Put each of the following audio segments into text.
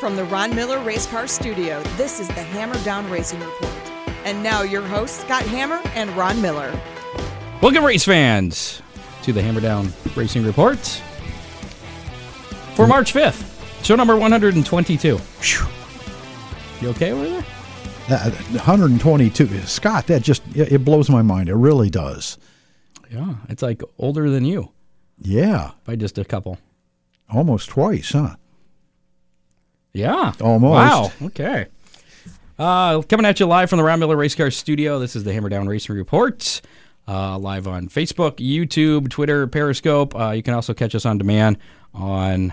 from the Ron Miller Race Car Studio, this is the Hammer Down Racing Report. And now your hosts, Scott Hammer and Ron Miller. Welcome, race fans, to the Hammer Down Racing Report for March 5th, show number 122. Phew. You okay over there? Uh, 122. Scott, that just it, it blows my mind. It really does. Yeah, it's like older than you Yeah, by just a couple. almost twice, huh? Yeah. Almost. Wow. Okay. Uh, coming at you live from the Ron Miller Race Car Studio. This is the Hammer Down Racing Report. Uh, live on Facebook, YouTube, Twitter, Periscope. Uh, you can also catch us on demand on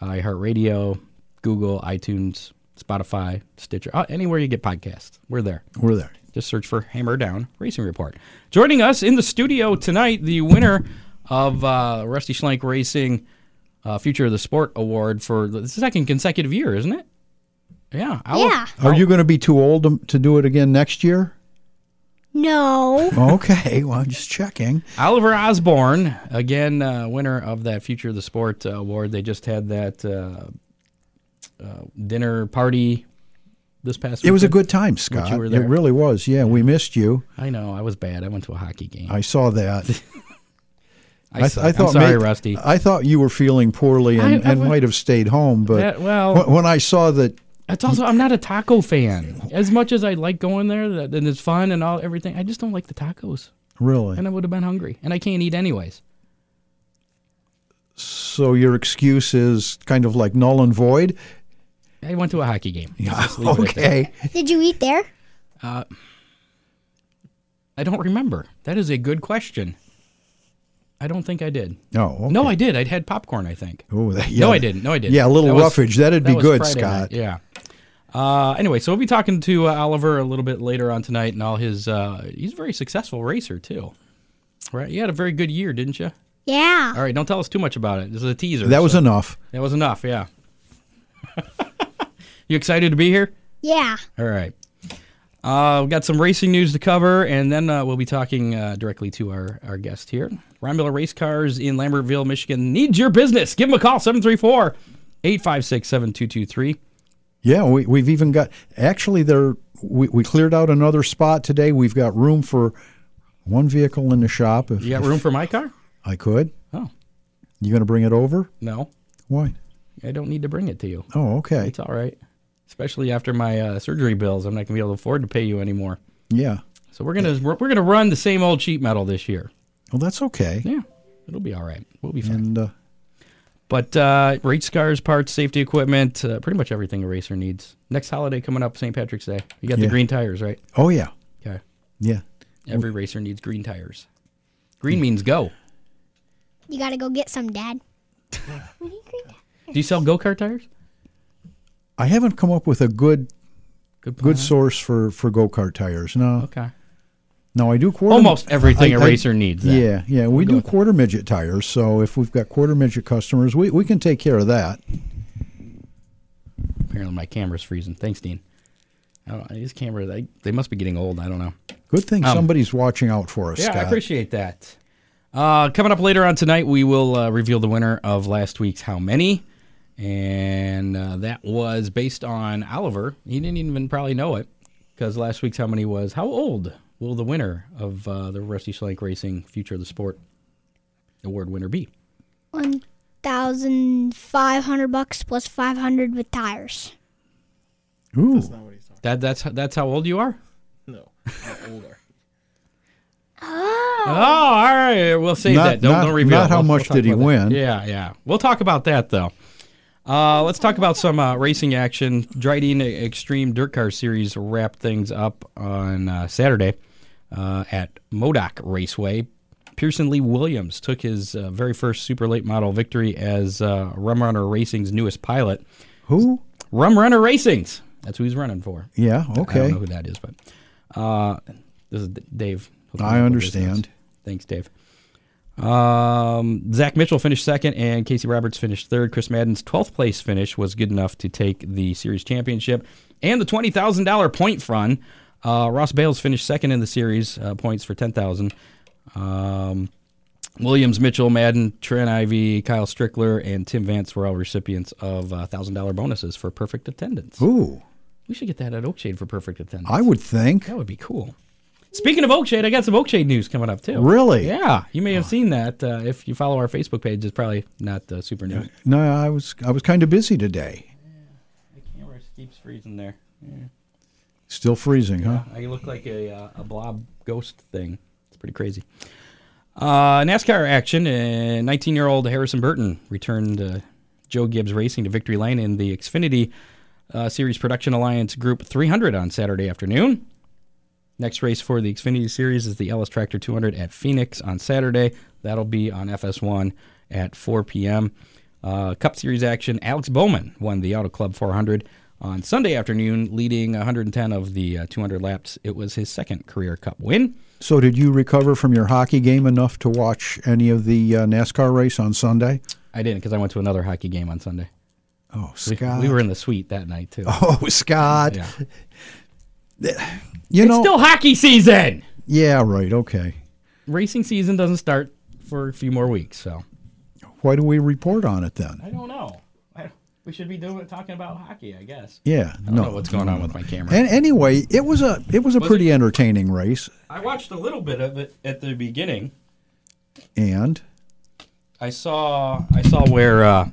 iHeartRadio, Google, iTunes, Spotify, Stitcher, uh, anywhere you get podcasts. We're there. We're there. Just search for Hammer Down Racing Report. Joining us in the studio tonight, the winner of uh, Rusty Schlenk Racing uh, Future of the Sport Award for the second consecutive year, isn't it? Yeah. Oh. Olive- Yeah. Are Oh. you going to be too old to, to do it again next year? No. Okay, well, just checking. Oliver Osborne, again, uh, winner of that Future of the Sport uh, Award. They just had that uh, uh, dinner party this past week. It was a good time, Scott. were It there. really was. Yeah, we missed you. I know. I was bad. I went to a hockey game. I, I saw that. suck. I'm sorry, maybe- Rusty. I thought you were feeling poorly I- and, I and wa- might have stayed home, but That- well- when- when I saw that, It's also I'm not a taco fan. As much as I like going there, that and it's fun and all everything, I just don't like the tacos, really. and I would have been hungry, and I can't eat anyways. So your excuse is kind of like null and void. I went to a hockey game. Just leave it at that. Okay. Did you eat there? I don't remember. That is a good question. I don't think I did. No. okay. No, I did. I'd had popcorn. I think. Oh, that- yeah. No, I didn't. No, I didn't. Yeah, a little That was- roughage. That'd that be was good, Friday Scott. night, Yeah. Uh, anyway, so we'll be talking to uh, Oliver a little bit later on tonight, and all his. Uh, he's a very successful racer too, right? You had a very good year, didn't you? Yeah. All right, don't tell us too much about it. This is a teaser. That was so- enough. That was enough, yeah. you excited to be here? Yeah. All right. Uh, we've got some racing news to cover, and then uh, we'll be talking uh, directly to our, our guest here. Ryan Miller Race Cars in Lambertville, Michigan needs your business. Give them a call, 734 856 7223. Yeah, we, we've even got actually there. We, we cleared out another spot today. We've got room for one vehicle in the shop. If, You got room for my car? if I could. Oh, You going to bring it over? no. Why? I don't need to bring it to you. Oh, okay. It's all right. Especially after my uh, surgery bills, I'm not going to be able to afford to pay you anymore. Yeah. So we're gonna we're gonna run the same old sheet metal this year. Well, that's okay. Yeah, it'll be all right. We'll be fine. And uh, But uh, race cars, parts, safety equipment, uh, pretty much everything a racer needs. Next holiday coming up, St. Patrick's Day. You got the Yeah. green tires, right? oh yeah, Okay. yeah. Every racer needs green tires. Green means go. You gotta go get some, Dad. Do you sell go kart tires? I haven't come up with a good Good. good plan. source for for go kart tires. No, Okay. no, I do quarter. Almost everything a a racer needs. Then. Yeah, yeah. We do quarter midget tires, so if we've got quarter midget customers, we, we can take care of that. Apparently my camera's freezing. Thanks, Dean. I don't, these cameras, they, they must be getting old. I don't know. Good thing somebody's watching out for us. Um, Yeah, Scott. I appreciate that. Uh, coming up later on tonight, we will uh, reveal the winner of last week's How Many. And uh, that was based on Oliver. He didn't even probably know it because last week's How Many was How Old Will the Winner of uh, the Rusty Schlenk Racing Future of the Sport Award winner be? One thousand five hundred bucks plus five hundred with tires. Ooh. That, that's, that's how old you are? No, not older. Oh, all right. We'll save Not- that. Don't, not- don't reveal. not how We'll- we'll much talk did he about that. win. Yeah, yeah. We'll talk about that though. Uh, let's talk about some uh, racing action. Dryden Extreme Dirt Car Series wrapped things up on uh, Saturday uh, at Modoc Raceway. Pearson Lee Williams took his uh, very first super late model victory as uh, Rum Runner Racing's newest pilot. Who? Rum Runner Racing's. That's who he's running for. Yeah. I don't Okay. know who that is, but uh, this is D- Dave. I Hook me up with his understand. notes. Thanks, Dave. Um, Zach Mitchell finished second, and Casey Roberts finished third. Chris Madden's 12th place finish was good enough to take the series championship and the $20,000 point fund. Uh, Ross Bales finished second in the series, uh, points for 10000 um, Williams, Mitchell, Madden, Trent Ivy, Kyle Strickler, and Tim Vance were all recipients of uh, $1,000 bonuses for perfect attendance. Ooh, We should get that at Oakshade for perfect attendance. I would think. That would be cool. Speaking of Oakshade, I got some Oakshade news coming up too. Really? Yeah, you may have seen that uh, if you follow our Facebook page. It's probably not uh, super new. No, I was I was kind of busy today. The camera keeps freezing there. Still freezing, huh? I look like a, uh, a blob ghost thing. It's pretty crazy. Uh, NASCAR action. 19 year old Harrison Burton returned uh, Joe Gibbs Racing to victory lane in the Xfinity uh, Series Production Alliance Group 300 on Saturday afternoon. Next race for the Xfinity Series is the Ellis Tractor 200 at Phoenix on Saturday. That'll be on FS1 at 4 p.m. Uh, Cup Series action. Alex Bowman won the Auto Club 400 on Sunday afternoon, leading 110 of the uh, 200 laps. It was his second career Cup win. So, did you recover from your hockey game enough to watch any of the uh, NASCAR race on Sunday? I didn't because I went to another hockey game on Sunday. Oh, We, Scott. we were in the suite that night too. Oh, Scott. Yeah. You It's know. still hockey season. yeah. Right. Okay. Racing season doesn't start for a few more weeks, so Why do we report on it then? I don't know. I, we should be doing talking about hockey, I guess. Yeah. I don't no. know what's going on with my camera. And anyway, it was a it was a pretty entertaining race, I watched a little bit of it at the beginning. and I saw I saw where uh,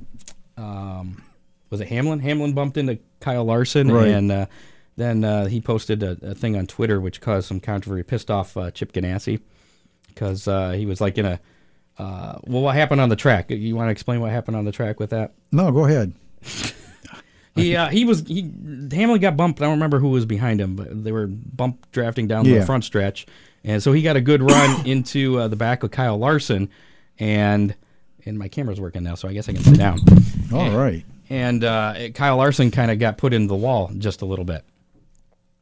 um, was it Hamlin? Hamlin bumped into Kyle Larson, Right. and uh, then uh, he posted a, a thing on Twitter which caused some controversy. Pissed off uh, Chip Ganassi because uh, he was like in a uh, well, what happened on the track? You want to explain what happened on the track with that? no, go ahead. He uh, he was he Hamlin got bumped. I don't remember who was behind him, but they were bump drafting down Yeah. the front stretch, and so he got a good run into uh, the back of Kyle Larson, and and my camera's working now, so I guess I can sit down. All right, And uh, it- Kyle Larson kind of got put in the wall just a little bit.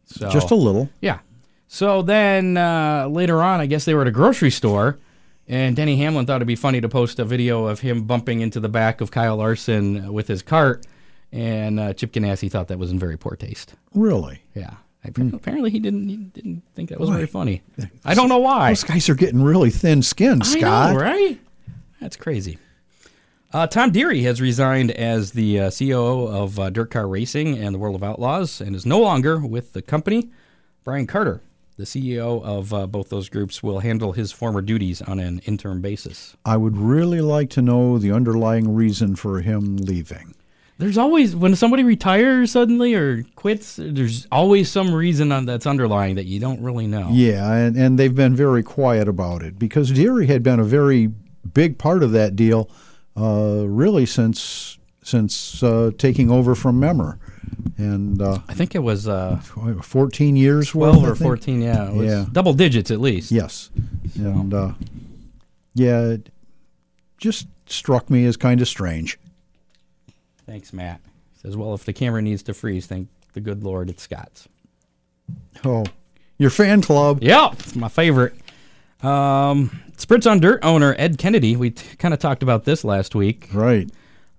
So Oh. just a little. yeah. So then uh, later on, I guess they were at a grocery store, and Denny Hamlin thought it'd be funny to post a video of him bumping into the back of Kyle Larson with his cart, and uh, Chip Ganassi thought that was in very poor taste. Really, Yeah. Apparently, apparently he didn't he didn't think that was very funny. I don't know why. those guys are getting really thin skinned, Scott. I know, right? That's crazy. Uh, Tom Deary has resigned as the uh, COO of uh, Dirt Car Racing and the World of Outlaws and is no longer with the company. Brian Carter, the CEO of uh, both those groups, will handle his former duties on an interim basis. I would really like to know the underlying reason for him leaving. There's always, when somebody retires suddenly or quits, there's always some reason on, that's underlying that you don't really know. Yeah, and, and they've been very quiet about it because Deary had been a very big part of that deal, uh, really since since uh, taking over from Memmer, and uh, I think it was uh, 14 years 12 worth, I or think. 14, yeah. It was Yeah. Double digits at least. Yes, and uh, yeah, it just struck me as kind of strange. Thanks, Matt. He says, well, if the camera needs to freeze, thank the good Lord it's Scott's. Oh, your fan club. Yep, it's my favorite. Um, Spritz on Dirt owner Ed Kennedy, we t- kind of talked about this last week. Right.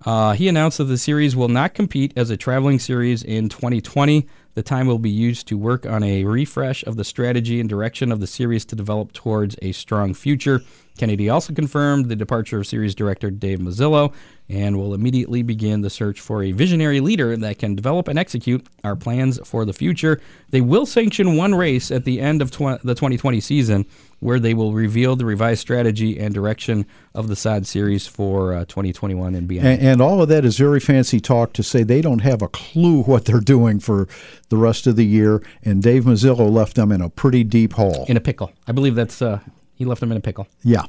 Uh, he announced that the series will not compete as a traveling series in 2020. The time will be used to work on a refresh of the strategy and direction of the series to develop towards a strong future. Kennedy also confirmed the departure of series director Dave Mazzillo and will immediately begin the search for a visionary leader that can develop and execute our plans for the future. They will sanction one race at the end of tw- the 2020 season where they will reveal the revised strategy and direction of the SOD series for uh, 2021 and beyond. And, and all of that is very fancy talk to say they don't have a clue what they're doing for the rest of the year, and Dave Mazzillo left them in a pretty deep hole. in a pickle. I believe that's uh, he left them in a pickle. yeah.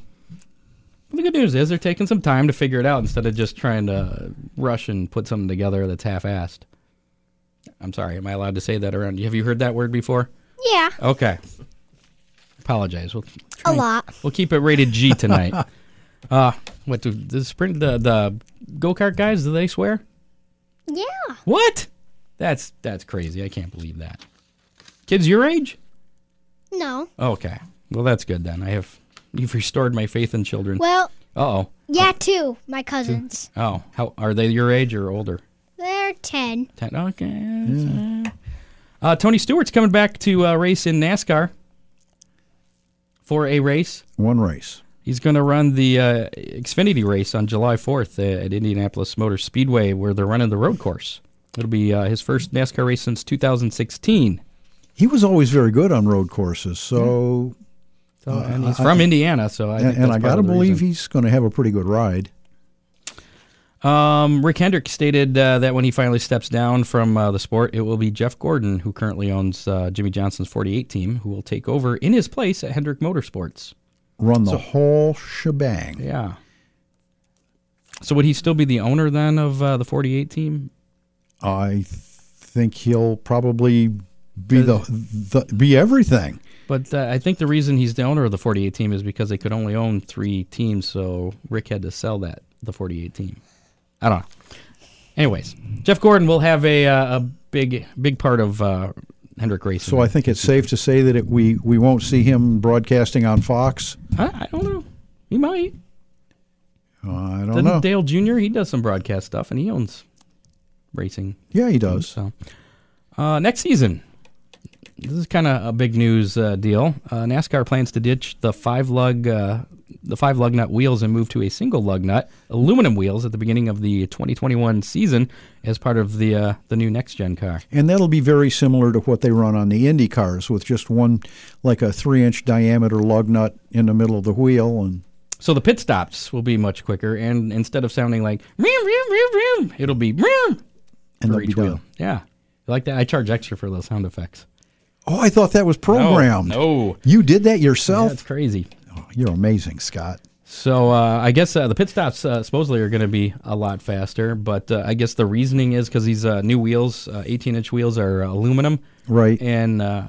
But the good news is they're taking some time to figure it out instead of just trying to rush and put something together that's half-assed. I'm sorry. Am I allowed to say that around you? Have you heard that word before? Yeah, Okay. Apologize. We'll a lot. we'll keep it rated G tonight. uh, what do the sprint the the go kart guys? Do they swear? Yeah. What? That's that's crazy. I can't believe that. Kids your age? No. Okay. Well, that's good then. I have you've restored my faith in children. Well, Uh oh. yeah, two. My cousins. Oh, how are they your age or older? They're ten. Ten. Okay. Uh, Tony Stewart's coming back to uh, race in NASCAR for a race. One race. He's going to run the uh, Xfinity race on July 4th at Indianapolis Motor Speedway, where they're running the road course. It'll be uh, his first NASCAR race since 2016. He was always very good on road courses, so So, and he's from Indiana, so I and, think and that's I part got to of the believe reason. he's going to have a pretty good ride. Um, Rick Hendrick stated uh, that when he finally steps down from uh, the sport, it will be Jeff Gordon, who currently owns uh, Jimmy Johnson's 48 team, who will take over in his place at Hendrick Motorsports. Run the whole shebang. Yeah. So would he still be the owner then of uh, the 48 team? I th- think he'll probably be the, the be everything. But uh, I think the reason he's the owner of the 48 team is because they could only own three teams, so Rick had to sell that the 48 team. I don't know. Anyways, Jeff Gordon will have a uh, a big big part of uh, Hendrick Racing. So I think it's safe to say that it, we we won't see him broadcasting on Fox. I, I don't know. He might. Uh, I don't Doesn't know. Dale Jr. He does some broadcast stuff, and he owns racing. yeah, he does. So, uh, next season, this is kind of a big news uh, deal. Uh, NASCAR plans to ditch the five lug uh, the five lug nut wheels and move to a single lug nut aluminum wheels at the beginning of the 2021 season as part of the uh, the new next gen car. And that'll be very similar to what they run on the Indy cars with just one, like a three inch diameter lug nut in the middle of the wheel. And So the pit stops will be much quicker, and instead of sounding like "Meow, meow, meow, meow," it'll be "Meow" And for they'll be each wheel. done. Yeah, I like that. I charge extra for those sound effects. oh, I thought that was programmed. no. You did that That's yourself? crazy. Oh, you're amazing, Scott. So uh, I guess uh, the pit stops uh, supposedly are going to be a lot faster, but uh, I guess the reasoning is because these uh, new wheels, uh, 18-inch wheels, are uh, aluminum, Right. and uh,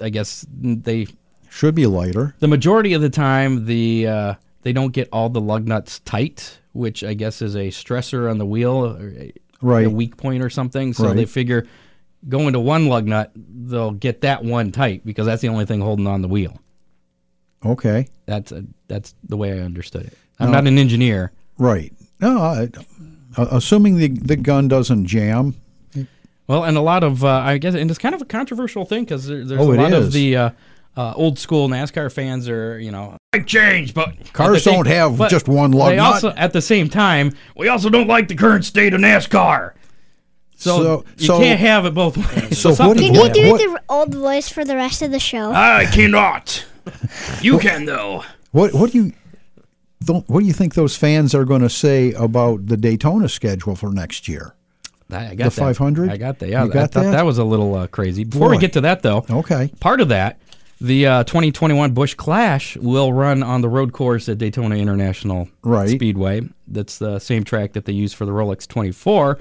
I guess they Should be lighter. the majority of the time the uh, they don't get all the lug nuts tight, which I guess is a stressor on the wheel, or a, Right. a weak point or something. So Right. they figure going to one lug nut, they'll get that one tight because that's the only thing holding on the wheel. Okay. That's a, that's the way I understood it. I'm not an engineer. Right. No, I, uh, assuming the, the gun doesn't jam. Well, and a lot of uh, I guess, and it's kind of a controversial thing because there, there's Oh, a it lot of is. the uh, uh, old school NASCAR fans are you know like change, but Cars at the same- don't have but just one lug They nut. also at the same time we also don't like the current state of NASCAR. So, So- you so- can't have it both ways. So what something- Can What- you do what- the old voice for the rest of the show? Ah. I cannot. You can though. What what do you don't, what do you think those fans are going to say about the Daytona schedule for next year? I I got The that. 500? I got that. Yeah, You I got thought that? that? was a little uh, crazy. Before we Boy. get to that, though, Okay. part of that, the uh, 2021 Bush Clash will run on the road course at Daytona International Right. Speedway. That's the same track that they use for the Rolex 24.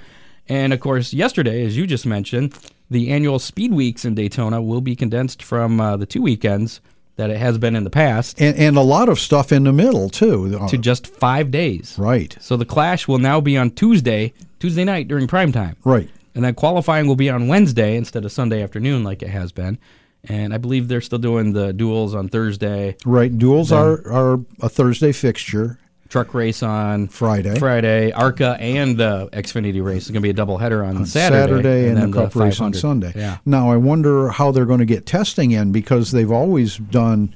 And of course, yesterday, as you just mentioned, the annual Speed Weeks in Daytona will be condensed from uh, the two weekends that it has been in the past And and a lot of stuff in the middle too. Uh, to just five days. right. So the Clash will now be on Tuesday, Tuesday night during prime time. Right. And then qualifying will be on Wednesday instead of Sunday afternoon, like it has been. And I believe they're still doing the duels on Thursday, Right. Duels are are a Thursday fixture. truck race on Friday. Friday, ARCA and the Xfinity race is going to be a doubleheader on, on Saturday, and, then the cup race on 500. Sunday. Yeah, Now I wonder how they're going to get testing in because they've always done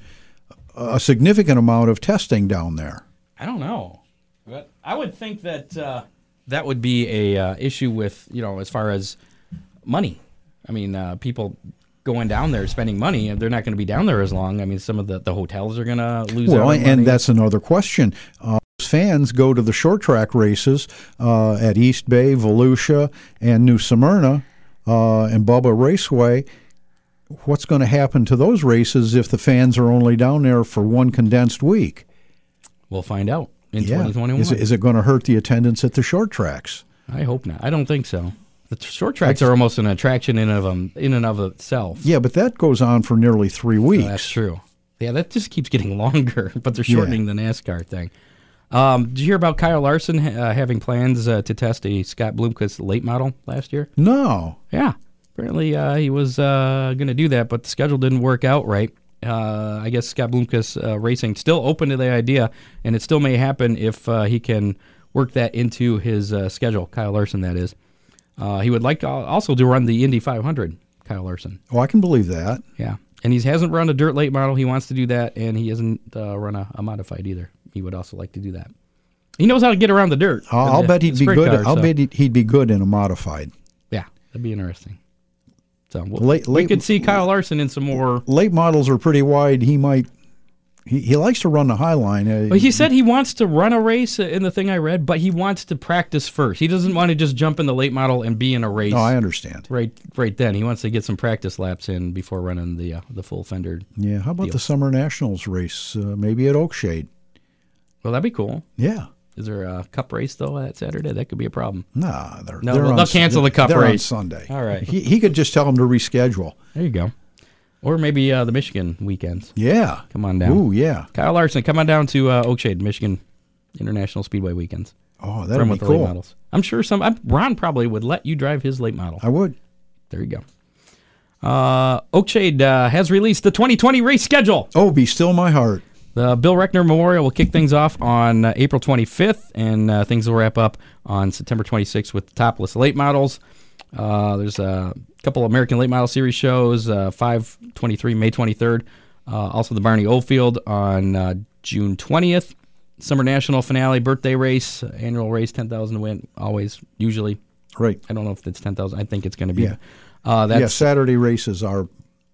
a significant amount of testing down there. I don't know, but I would think that uh, that would be a uh, issue with you know as far as money. I mean, uh, people going down there spending money, and they're not going to be down there as long. I mean, some of the, the hotels are going to lose. out Well, on money. and that's another question. Uh, those fans go to the short track races uh, at East Bay, Volusia, and New Smyrna, uh, and Bubba Raceway. What's going to happen to those races if the fans are only down there for one condensed week? We'll find out in Yeah, 2021. is it, is it going to hurt the attendance at the short tracks? I hope not. I don't think so. The t- short tracks are almost an attraction in of um, in and of itself. Yeah, but that goes on for nearly three weeks. That's true. Yeah, that just keeps getting longer, but they're shortening the NASCAR thing. Um, did you hear about Kyle Larson uh, having plans uh, to test a Scott Blomqvist late model last year? no, Yeah. Apparently, uh, he was uh, going to do that, but the schedule didn't work out right. Uh, I guess Scott Blomqvist uh, Racing still open to the idea, and it still may happen if uh, he can work that into his uh, schedule. Kyle Larson, that is. Uh, he would like to al- also to run the Indy 500. Kyle Larson, oh, I can believe that. yeah, and he hasn't run a dirt late model. He wants to do that, and he hasn't uh, run a, a modified either. he would also like to do that. He knows how to get around the dirt. I'll, I'll Yeah, bet he'd it's be sprint good. car, I'll so- bet he'd- he'd be good in a modified. Yeah, that'd be interesting. So we'll, Late- we late- could see Kyle Larson in some more. Late models are pretty wide. He might. He, he likes to run the high line. Uh, But he said he wants to run a race in the thing I read, but he wants to practice first. He doesn't want to just jump in the late model and be in a race no, I understand. right right then. He wants to get some practice laps in before running the uh, the full fender. Yeah. How about the summer nationals race? Uh, maybe at Oakshade. Well, that'd be cool. Yeah. Is there a cup race though that Saturday? That could be a problem. Nah, they're, No, they're they'll on they'll Sun- cancel the cup they're on race. Sunday. All right. He, he could just tell them to reschedule. There you go. Or maybe uh, the Michigan weekends. Yeah. Come on down. Ooh, yeah. Kyle Larson, come on down to uh, Oakshade, Michigan International Speedway weekends. Oh, Run that'd be with the late cool. models. I'm sure some. I'm, Ron probably would let you drive his late model. I would. There you go. Uh, Oakshade uh, has released the 2020 race schedule. Oh, be still my heart. The Uh, Bill Reckner Memorial will kick things off on uh, April 25th, and uh, things will wrap up on September 26th with topless late models. Uh, there's a couple American Late Model Series shows, uh, 523, May 23rd. Uh, also, the Barney Oldfield on uh, June 20th. Summer National Finale, birthday race, annual race, 10,000 to win, always, usually. Right. I don't know if it's 10,000. I think it's going to be. Yeah. Uh, that's Yeah, Saturday races are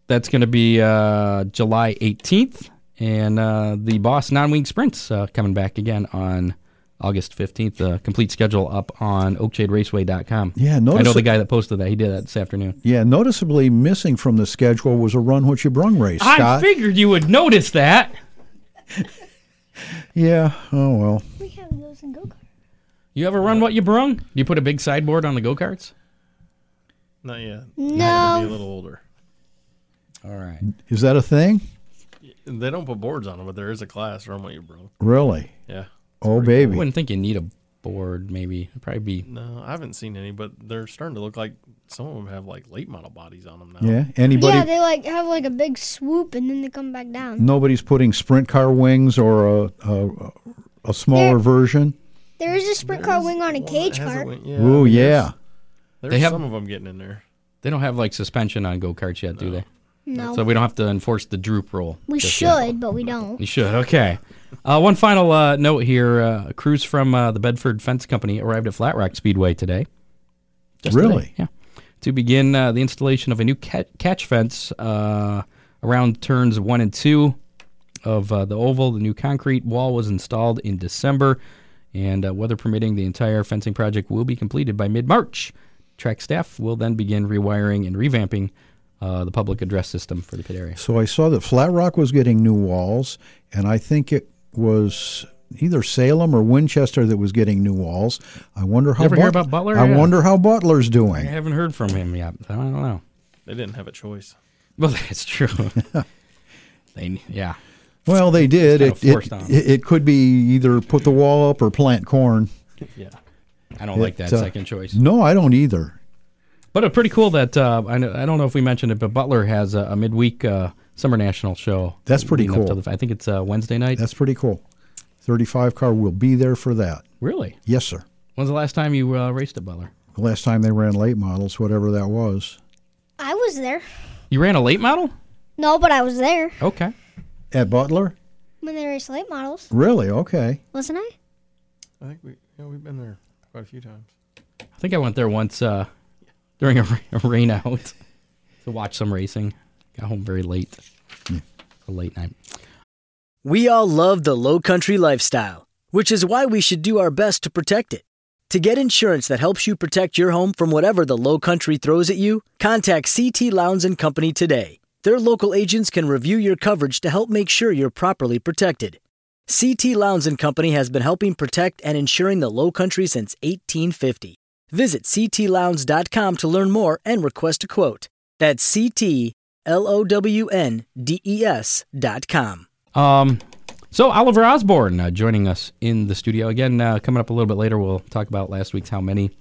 that's going to be uh, July 18th, and uh, the Boss Non-Wing Sprints uh, coming back again on August 15th. The complete schedule up on oakjaderaceway.com. Yeah, I notice know the it- guy that posted that. He did that this afternoon. yeah, noticeably missing from the schedule was a run what you brung race, I Scott. figured you would notice that. yeah. Oh well. We have those in go kart. You ever run what you brung? Do you put a big sideboard on the go-karts? Not yet. I'll be a No, little older. All right. Is that a thing? They don't put boards on them, but there is a class. Run what you brung. Really? Yeah. Oh I baby. wouldn't think you need a board, maybe. It'd probably be... No, I haven't seen any, but they're starting to look like some of them have like late model bodies on them now. Yeah. Anybody yeah, they like have like a big swoop and then they come back down. nobody's putting sprint car wings or a a, a smaller There- version. There is a sprint car wing on a One that cage has a cart. wing- Yeah, Ooh, I mean, yeah. There's, there's They have- some of them getting in there. They don't have, like, suspension on go-karts yet, do they? No, So we don't have to enforce the droop rule. we just yet. should, but we don't. You should. Okay. Uh, one final uh, note here. Uh, a crews from uh, the Bedford Fence Company arrived at Flat Rock Speedway today. Just today, Really? Yeah. To begin uh, the installation of a new ca- catch fence uh, around turns one and two of uh, the oval. The new concrete wall was installed in December, and uh, weather permitting, the entire fencing project will be completed by mid March. Track staff will then begin rewiring and revamping uh, the public address system for the pit area. So I saw that Flat Rock was getting new walls, and I think it was either Salem or Winchester that was getting new walls. I wonder how Ever hear about Butler? I Yeah. wonder how Butler's I doing. haven't heard from him yet. I don't know. They didn't have a choice. Well, that's true. they, yeah. Well, they did. It's kinda It it, forced on 'em. it it could be either put the wall up or plant corn. Yeah. I don't like that It, uh, second choice. No, I don't either. But it's pretty cool that uh, I, know, I don't know if we mentioned it, but Butler has a, a midweek uh, summer national show. That's pretty leading up cool. to the- I think it's uh, Wednesday night. That's pretty cool. Thirty-five car will be there for that. really? Yes, sir. When's the last time you uh, raced at Butler? The last time they ran late models, whatever that was, I was there. You ran a late model? No, but I was there Okay. at Butler. when they raced late models, Really? Okay. wasn't I? I think we yeah, we've been there quite a few times. I think I went there once uh, during a, ra- a rain out to watch some racing. Got home very late. A late night. We all love the low country lifestyle, which is why we should do our best to protect it. To get insurance that helps you protect your home from whatever the low country throws at you, contact CT Lowndes and Company today. Their local agents can review your coverage to help make sure you're properly protected. CT Lowndes and Company has been helping protect and insuring the low country since 1850. Visit ctlowndes.com to learn more and request a quote. That's C-T-L-O-W-N-D-E-S E dot com. Um, so Oliver Osborne uh, joining us in the studio again. Uh, coming up a little bit later, we'll talk about last week's how many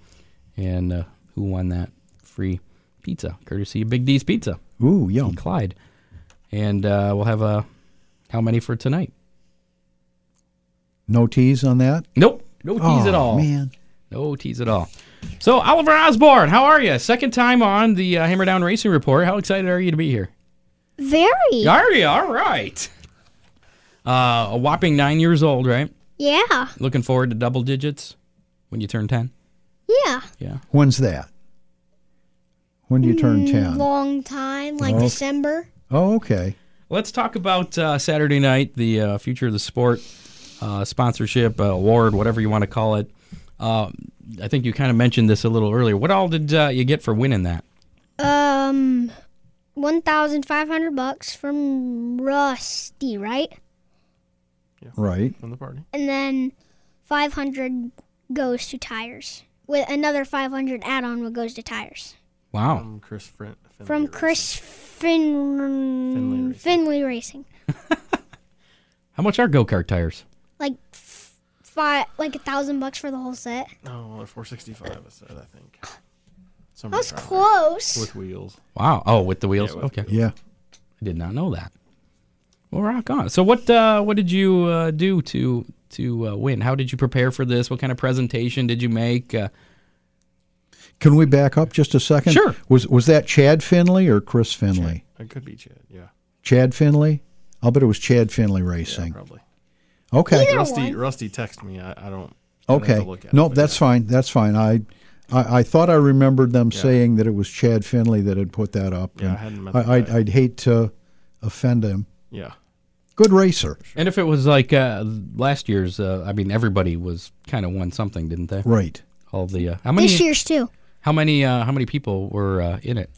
and uh, who won that free pizza, courtesy of Big D's Pizza Ooh, in yum. Clyde, and uh, we'll have a how many for tonight. No tease on that. Nope, no tease at Aw, all. Man, No tease at all. So Oliver Osborne, how are you? Second time on the uh, Hammer Down Racing Report. How excited are you to be here? Very. Are you all right? Uh, a whopping nine years old, right? Yeah. Looking forward to double digits when you turn 10. Yeah. Yeah. When's that? When do you turn Mm, Um, 10? Long time, like Oh. December. Oh, okay. Let's talk about uh, Saturday night, the uh, future of the sport, uh, sponsorship, uh, award, whatever you want to call it. Um, I think you kind of mentioned this a little earlier. What all did uh, you get for winning that? Um, one thousand five hundred bucks from Rusty, right? Right. from the party. And then five hundred goes to tires. With another five hundred add-on, what goes to tires Wow. From Chris Frin- Finley from Racing. Chris Fin Finley Racing. Finley Racing, How much are go kart tires? like f- five, like a thousand bucks for the whole set. No, like 465. I said I think. That Somewhere was around there. close. With wheels. Wow. Oh, with the wheels? with okay. Yeah. I did not know that. Well, rock on. So, what uh, what did you uh, do to to uh, win? How did you prepare for this? What kind of presentation did you make? Uh, Can we back up just a second? Sure. Was was that Chad Finley or Chris Finley? It could be Chad. Yeah, Chad Finley? I'll bet it was Chad Finley racing. probably. okay. Rusty. one. Rusty texted me. I, I don't. I'd have to Okay. look at No, it, but that's yeah. fine. That's fine. I, I I thought I remembered them saying that it was Chad Finley that had put that up. Yeah, I and hadn't met the I, I'd, guy. I'd hate to offend him. Yeah. Good racer. and if it was like uh, last year's, uh, I mean, everybody was kind of won something, didn't they? Right. All the uh, how many This year's too. how many uh, how many people were uh, in it?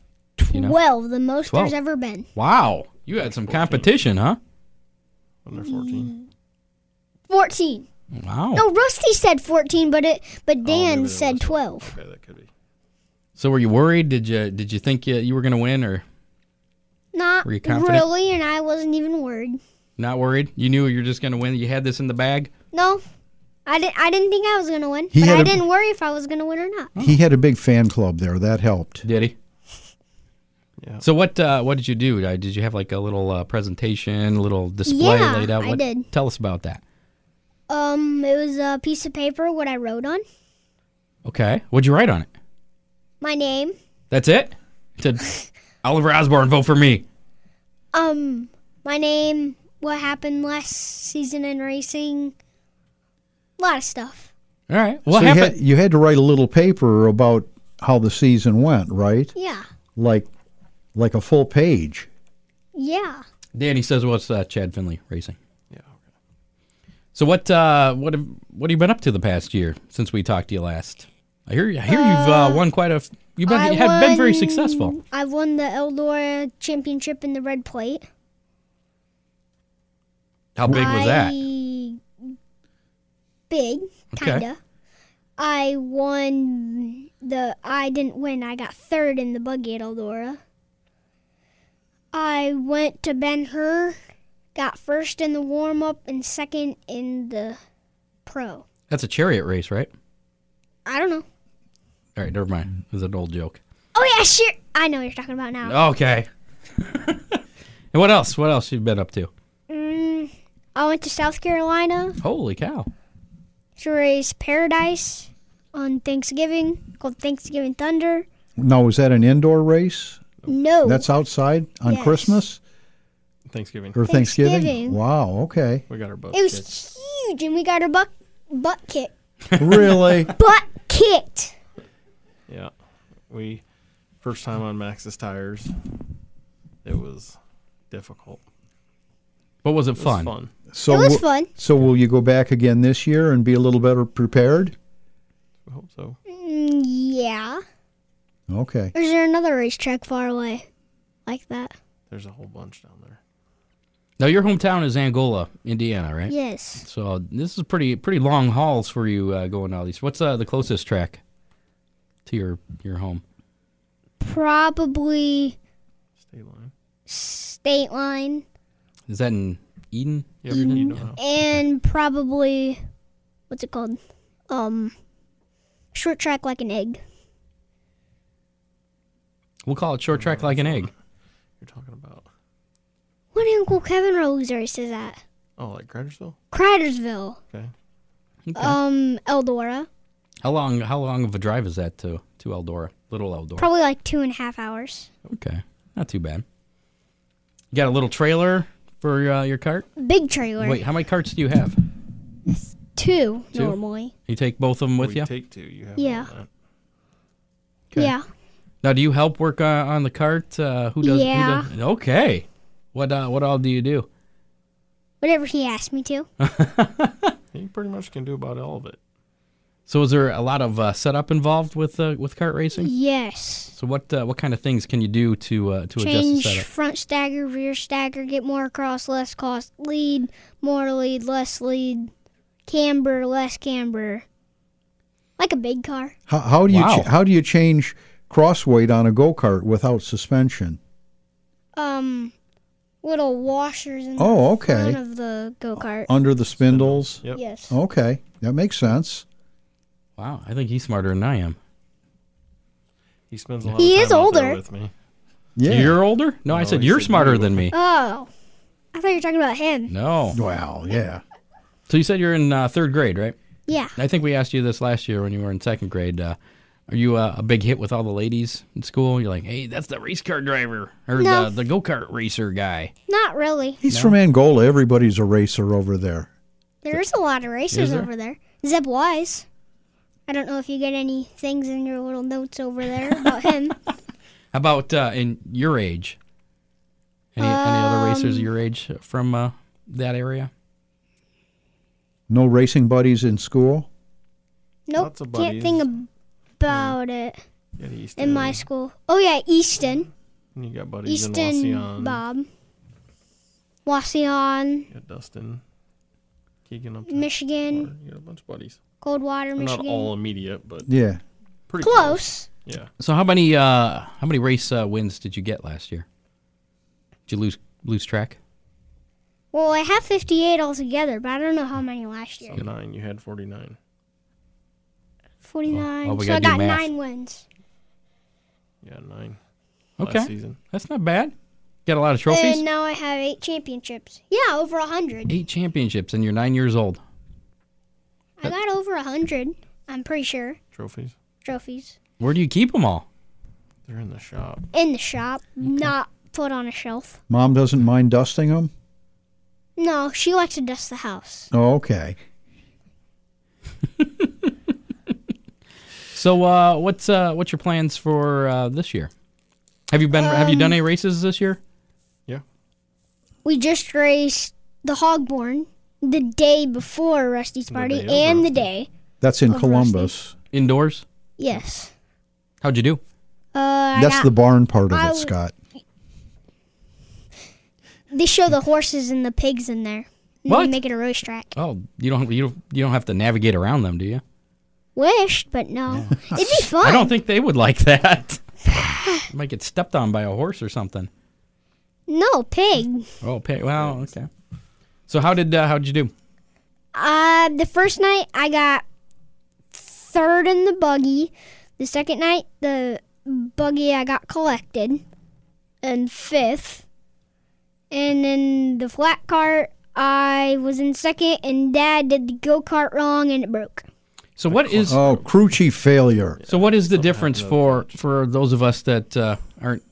You know? Twelve, the most Twelve. there's ever been. Wow, you had some competition, huh? When they're 14. Fourteen. Wow. No, Rusty said fourteen, but it, but Dan it said was. twelve. Okay, that could be. So were you worried? Did you did you think you, you were going to win or Not Were you confident? really, and I wasn't even worried. not worried? You knew you were just going to win. You had this in the bag. No, I didn't. I didn't think I was gonna win, He but had I a- didn't worry if I was gonna win or not. He had a big fan club there. That helped. Did he? Yeah. So what uh, what did you do? Uh, Did you have like a little uh, presentation, a little display Yeah, laid out? I What, did. Tell us about that. Um, it was a piece of paper what I wrote on Okay. What'd you write on it? my name. That's it. It said Oliver Osborne, vote for me. Um, my name. What happened last season in racing? A lot of stuff. All right. What so happened? You had, you had to write a little paper about how the season went, right? Yeah, Like, like a full page. yeah. Danny says, "What's uh, Chad Finley Racing?" Yeah. Okay. So what uh, what have what have you been up to the past year since we talked to you last? I hear you. I hear you've uh, won quite a. f- You've been I you have been very won- successful. I won the Eldora Championship in the red plate. How big was that? I- Big, Okay. kinda. I won the. I didn't win. I got third in the buggy at Eldora. I went to Ben Hur, got first in the warm up and second in the pro. That's a chariot race, right? I don't know. All right, never mind. It was an old joke. Oh yeah, sure. I know what you're talking about now. Okay. and what else? What else you been up to? Mm, I went to South Carolina Holy cow! to race Paradise on Thanksgiving called Thanksgiving Thunder. Now, was that an indoor race? No. That's outside on Yes. Christmas Thanksgiving. or Thanksgiving? Thanksgiving. Wow. Okay. We got our butt. It was huge, and we got our butt butt kicked. really? Butt kicked. Yeah. We first time on Max's tires. It was difficult. But was it, It was fun? fun. So it was wi- fun. So will you go back again this year and be a little better prepared? I hope so. Mm, yeah. Okay. Or is there another racetrack far away, like that? There's a whole bunch down there. Now your hometown is Angola, Indiana, right? Yes. So this is pretty pretty long hauls for you uh, going all these. What's uh, the closest track to your your home? Probably State line. state line, Is that in Eden? Yeah, Mm-hmm. we need to know. and probably what's it called? Um, short track like an egg. We'll call it short track like an egg. You're talking about What Uncle Kevin always races at? oh, like Grandersville. Cridersville, Okay. um, Eldora. How long how long of a drive is that to to Eldora? Little Eldora. Probably like two and a half hours. Okay, not too bad. You got a little trailer for uh, your cart? Big trailer. Wait, how many carts do you have? Two, Two? normally. You take both of them with we you? take two. You have Yeah. all that. Okay. Yeah. Now, do you help work uh, on the cart? Uh, who does? Yeah. Who does okay. What uh, what all do you do? Whatever he asked me to. You pretty much can do about all of it. So, is there a lot of uh, setup involved with uh, with kart racing? yes. So, what uh, what kind of things can you do to uh, to adjust the Change setup? front stagger, rear stagger, get more cross, less cross, lead, more lead, less lead, camber, less camber. Like a big car. How, how do you Wow. ch- how do you change cross weight on a go kart without suspension? Um, little washers in Oh, the front okay. of the go kart. Oh, Under the spindles. Yep. Yes. Okay, that makes sense. Wow, I think he's smarter than I am. He spends a lot He of time is out there older. with me. Yeah. You're older? No, I No, said he you're said smarter you. than me. Oh, I thought you were talking about him. No. well, yeah. So you said you're in uh, third grade, right? Yeah. I think we asked you this last year when you were in second grade. Uh, are you uh, a big hit with all the ladies in school? You're like, hey, that's the race car driver or No. the, the go kart racer guy. Not really. He's from Angola. Everybody's a racer over there. There's a lot of Is racers there? over there. Zeb Wise. I don't know if you get any things in your little notes over there about him. How about uh, in your age? Any, any Um, other racers your age from uh, that area? No racing buddies in school. Nope. Lots of Can't buddies. think about it Yeah, Easton. in my school. Oh yeah, Easton. and you got buddies in Easton Wasion. Bob. Wasion, You got Dustin. Keegan up. there. Michigan, You got a bunch of buddies. Coldwater, They're Not all Michigan. immediate, but Yeah. pretty close. Close. Yeah. So how many uh, how many race uh, wins did you get last year? Did you lose lose track? Well, I have 58 altogether, but I don't know how many last year. Nine. You had 49. 49. Oh, we so I gotta do got math. nine wins. Yeah, nine. Okay, Last season. that's not bad. Got a lot of trophies. And now I have eight championships. Yeah, over a hundred. Eight championships, and you're nine years old. I got over a hundred. I'm pretty sure Trophies. trophies Where do you keep them all? They're in the shop. in the shop, not put on a shelf. Mom doesn't mind dusting them. No, she likes to dust the house. Oh, okay. So, uh, what's uh, what's your plans for uh, this year? Have you been Have you done any races this year? Yeah. We just raced the Hogborn the day before Rusty's party day of and the Rusty. day. That's in Over Columbus. Indoors? Yes. How'd you do? Uh, I That's got- the barn part of I it, w- Scott. They show the horses and the pigs in there. And What? They make it a racetrack. Oh, you don't you don't, you don't have to navigate around them, do you? Wished, but no. It'd be fun. I don't think they would like that. you might get stepped on by a horse or something. no pig. Oh, pay, well, okay. So how did uh, how'd you do? Uh, the first night I got third in the buggy. The second night, the buggy I got collected, and fifth. And then the flat cart, I was in second, and Dad did the go kart wrong, and it broke. So what is Oh, crew chief failure. so what is the difference for for those of us that uh, aren't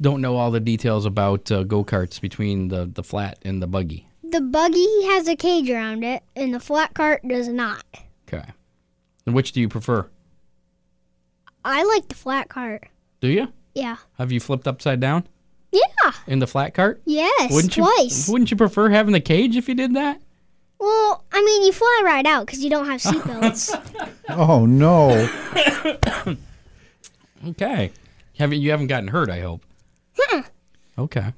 don't know all the details about uh, go karts between the the flat and the buggy? The buggy has a cage around it, and the flat cart does not. Okay. And which do you prefer? I like the flat cart. Do you? Yeah. Have you flipped upside down Yeah. in the flat cart? Yes. Wouldn't you twice. wouldn't you prefer having the cage if you did that? well, I mean, you fly right out because you don't have seatbelts. Oh no. Okay. Have you, you haven't gotten hurt, I hope. okay.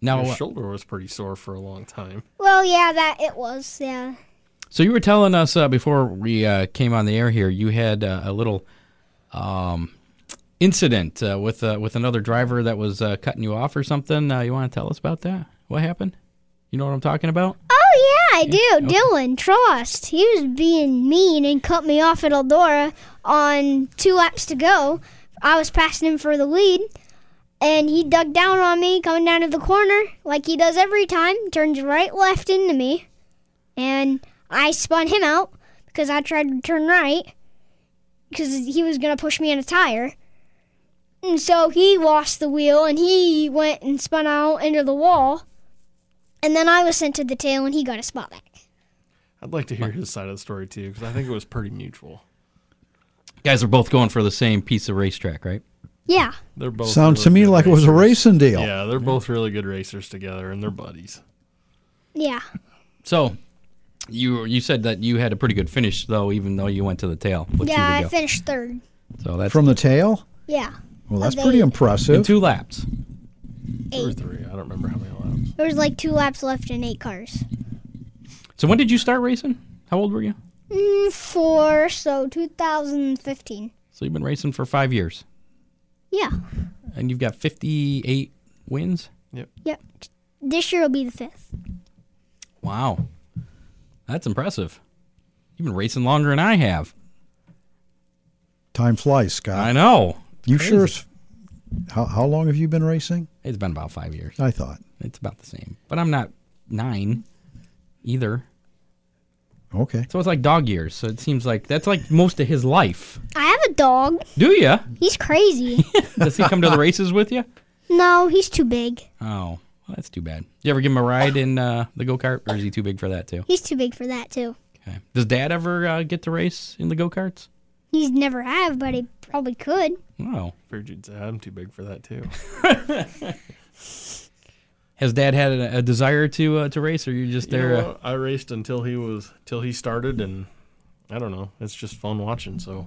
Now Your uh, shoulder was pretty sore for a long time. well, yeah, that it was. Yeah. so you were telling us uh, before we uh, came on the air here, you had uh, a little um, incident uh, with uh, with another driver that was uh, cutting you off or something. Uh, you want to tell us about that? What happened? You know what I'm talking about? Oh yeah, I do. Dylan Trost. He was being mean and cut me off at Eldora on two laps to go. I was passing him for the lead, and he dug down on me, coming down to the corner like he does every time. Turns right left into me, and I spun him out because I tried to turn right because he was gonna push me in a tire. And so he lost the wheel and he went and spun out into the wall. And then I was sent to the tail, and he got a spot back. I'd like to hear his side of the story too, because I think it was pretty mutual. guys are both going for the same piece of racetrack, right? Yeah. They're both Sounds really to me good like it was a racers. racing deal. Yeah, they're both really good racers together, and they're buddies. Yeah. So you you said that you had a pretty good finish though, even though you went to the tail. With two to yeah, I go. finished third. so that's From the tail? Yeah. Well, that's They- pretty in impressive. two laps. Two or Eight. three. I don't remember how many laps. There was like two laps left and eight cars. So when did you start racing? How old were you? Mm, four, so 2015. So you've been racing for five years, Yeah. and you've got fifty eight wins. Yep. This year will be the fifth. Wow, that's impressive. You've been racing longer than I have. Time flies, Scott. I know. you sure? crazy. It's, how, how long have you been racing? It's been about five years. I thought. It's about the same, but I'm not nine either. Okay. So it's like dog years. So it seems like that's like most of his life. I have a dog. Do you? He's crazy. Does he come to the races with you? no, he's too big. Oh, well, that's too bad. You ever give him a ride in uh, the go kart, or is he too big for that too? He's too big for that too. Okay. Does Dad ever uh, get to race in the go karts? He's never have, but he probably could. No. Figured you'd say I'm too big for that too. Has Dad had a, a desire to uh, to race, or you're just You there? know uh, what? I raced until he was till he started, and I don't know. It's just fun watching. So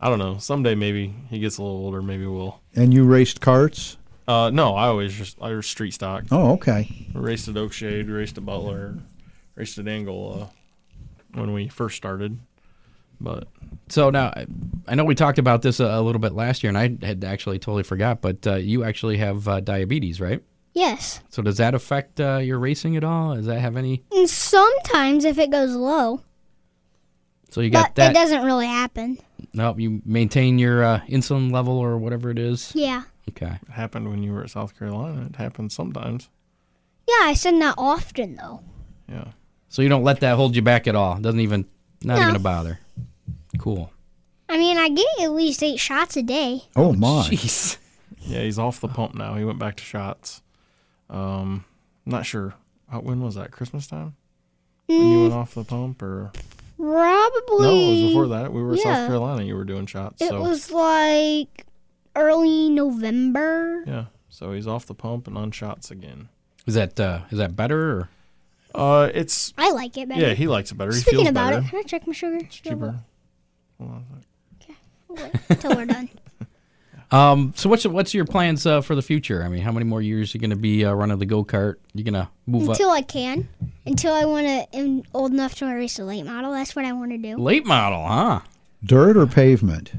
I don't know. Someday maybe he gets a little older. Maybe we'll. And you raced carts? Uh, no, I always just I was street stock. Oh, okay. Raced at Oakshade, raced at Butler, raced at Angola when we first started. But so now, I- I know we talked about this a, a little bit last year, and I had actually totally forgot, but uh, you actually have uh, diabetes, right? Yes. So does that affect uh, your racing at all? Does that have any? And sometimes if it goes low, So you got but it that? doesn't really happen. No, you maintain your uh, insulin level or whatever it is. Yeah. Okay. it happened when you were at South Carolina. It happens sometimes. Yeah, I said not often though. Yeah. So you don't let that hold you back at all. Doesn't even not No. even a bother. Cool. I mean, I get at least eight shots a day. Oh, my. Jeez. Yeah, he's off the pump now. He went back to shots. Um, not sure. How, when was that? Christmas time? When you Mm. went off the pump, or Probably. no? It was before that. We were at yeah. South Carolina. You were doing shots. It so was like early November. yeah. So he's off the pump and on shots again. Is that uh, is that better? Or? Uh, it's I like it better. yeah. He likes it better. he Speaking feels about better. it, can I check my sugar? It's cheaper. Until we're done. Um, so what's what's your plans uh, for the future? I mean, how many more years are you going to be uh, running the go kart? You're going to move Until I can. Until I want to am old enough to race a late model. That's what I want to up do. late model, huh? Dirt or pavement?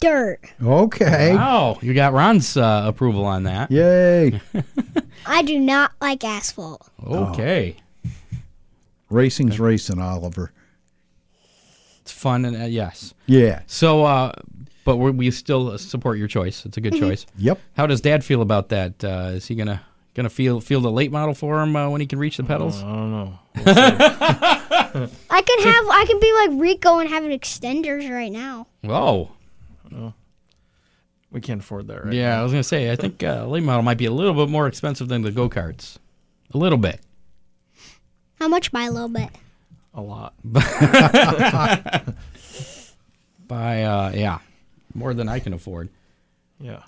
Dirt. Okay. Wow, Oh, you got Ron's uh, approval on that. Yay. I do not like asphalt. Okay, Racing's racing, Oliver. it's fun and uh, yes. Yeah. So, uh, but we we still support your choice. It's a good choice. Yep. How does Dad feel about that? Uh, is he gonna gonna feel feel the late model for him uh, when he can reach the pedals? I don't know. I can have. I can be like Rico and have an extenders right now. Whoa. We can't afford that, right? Yeah, I was gonna say. I think uh, late model might be a little bit more expensive than the go karts, a little bit. How much by a little bit? A lot. By uh, yeah, more than I can afford. Yeah.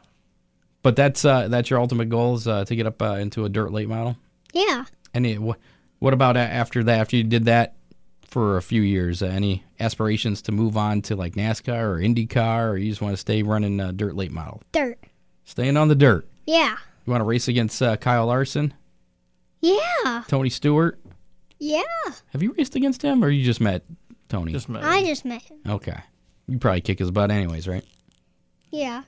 But that's uh, that's your ultimate goal is uh, to get up uh, into a dirt late model. Yeah. Any wh- what about a- after that? After you did that for a few years, uh, any aspirations to move on to like NASCAR or IndyCar, or you just want to stay running uh, dirt late model, Dirt. staying on the dirt? Yeah. You want to race against uh, Kyle Larson, Yeah. Tony Stewart? Yeah. Have you raced against him, or you just met Tony? Just met. I just met him. okay. You probably kick his butt, anyways, right? Yeah.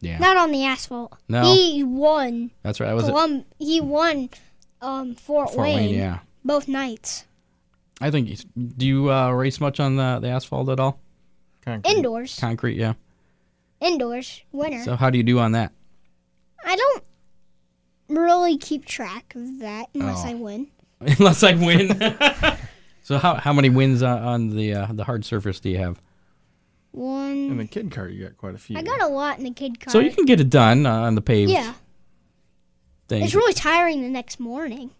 Yeah, Not on the asphalt. No. He won. that's right. That was it. Colum- he won um, Fort, Fort Wayne, Wayne, yeah. both nights. I think. he's- Do you uh, race much on the, the asphalt at all? Concrete. Indoors. Concrete, yeah. Indoors. Winter. So how do you do on that? I don't really keep track of that unless Oh. I win. unless I win. so how how many wins on, on the uh, the hard surface do you have? In One. the kid car, you got quite a few. I got a lot in the kid car. So you can get it done uh, on the paved yeah. thing. It's really tiring the next morning.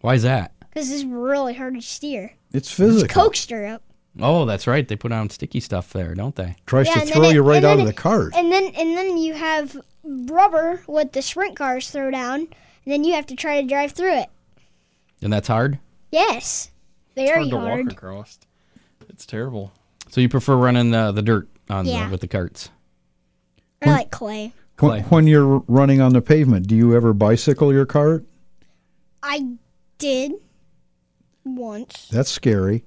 Why is that? because it's really hard to steer. It's physical. Coke stirrup. Oh, that's right. They put on sticky stuff there, don't they? Tries Yeah, to and throw then you it- right and out then of the it- cart. And then and then you have rubber what the sprint cars throw down, and then you have to try to drive through it. And that's hard. Yes, very hard to hard. walk across. It's terrible. So you prefer running the the dirt on Yeah. the, with the carts? I like clay. When, Clay. when you're running on the pavement, do you ever bicycle your cart? I did once, That's scary.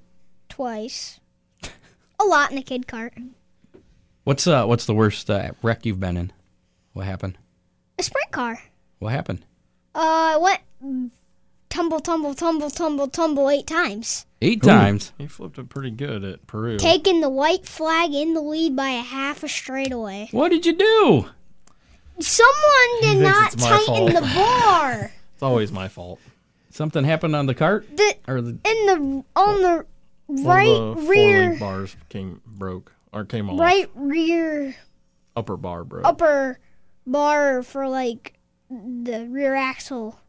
twice, a lot in a kid cart. What's uh What's the worst uh, wreck you've been in? What happened? A sprint car. What happened? Uh, what? Tumble, tumble, tumble, tumble, tumble eight times. Eight times. He flipped it pretty good at Peru. Taking the white flag in the lead by a half a straightaway. What did you do? Someone did thinks not it's my tighten fault. the bar. It's always my fault. Something happened on the cart, The or the, in the on the One right of the four rear link bars came broke or came off. right rear Upper bar broke. upper bar for like the rear axle.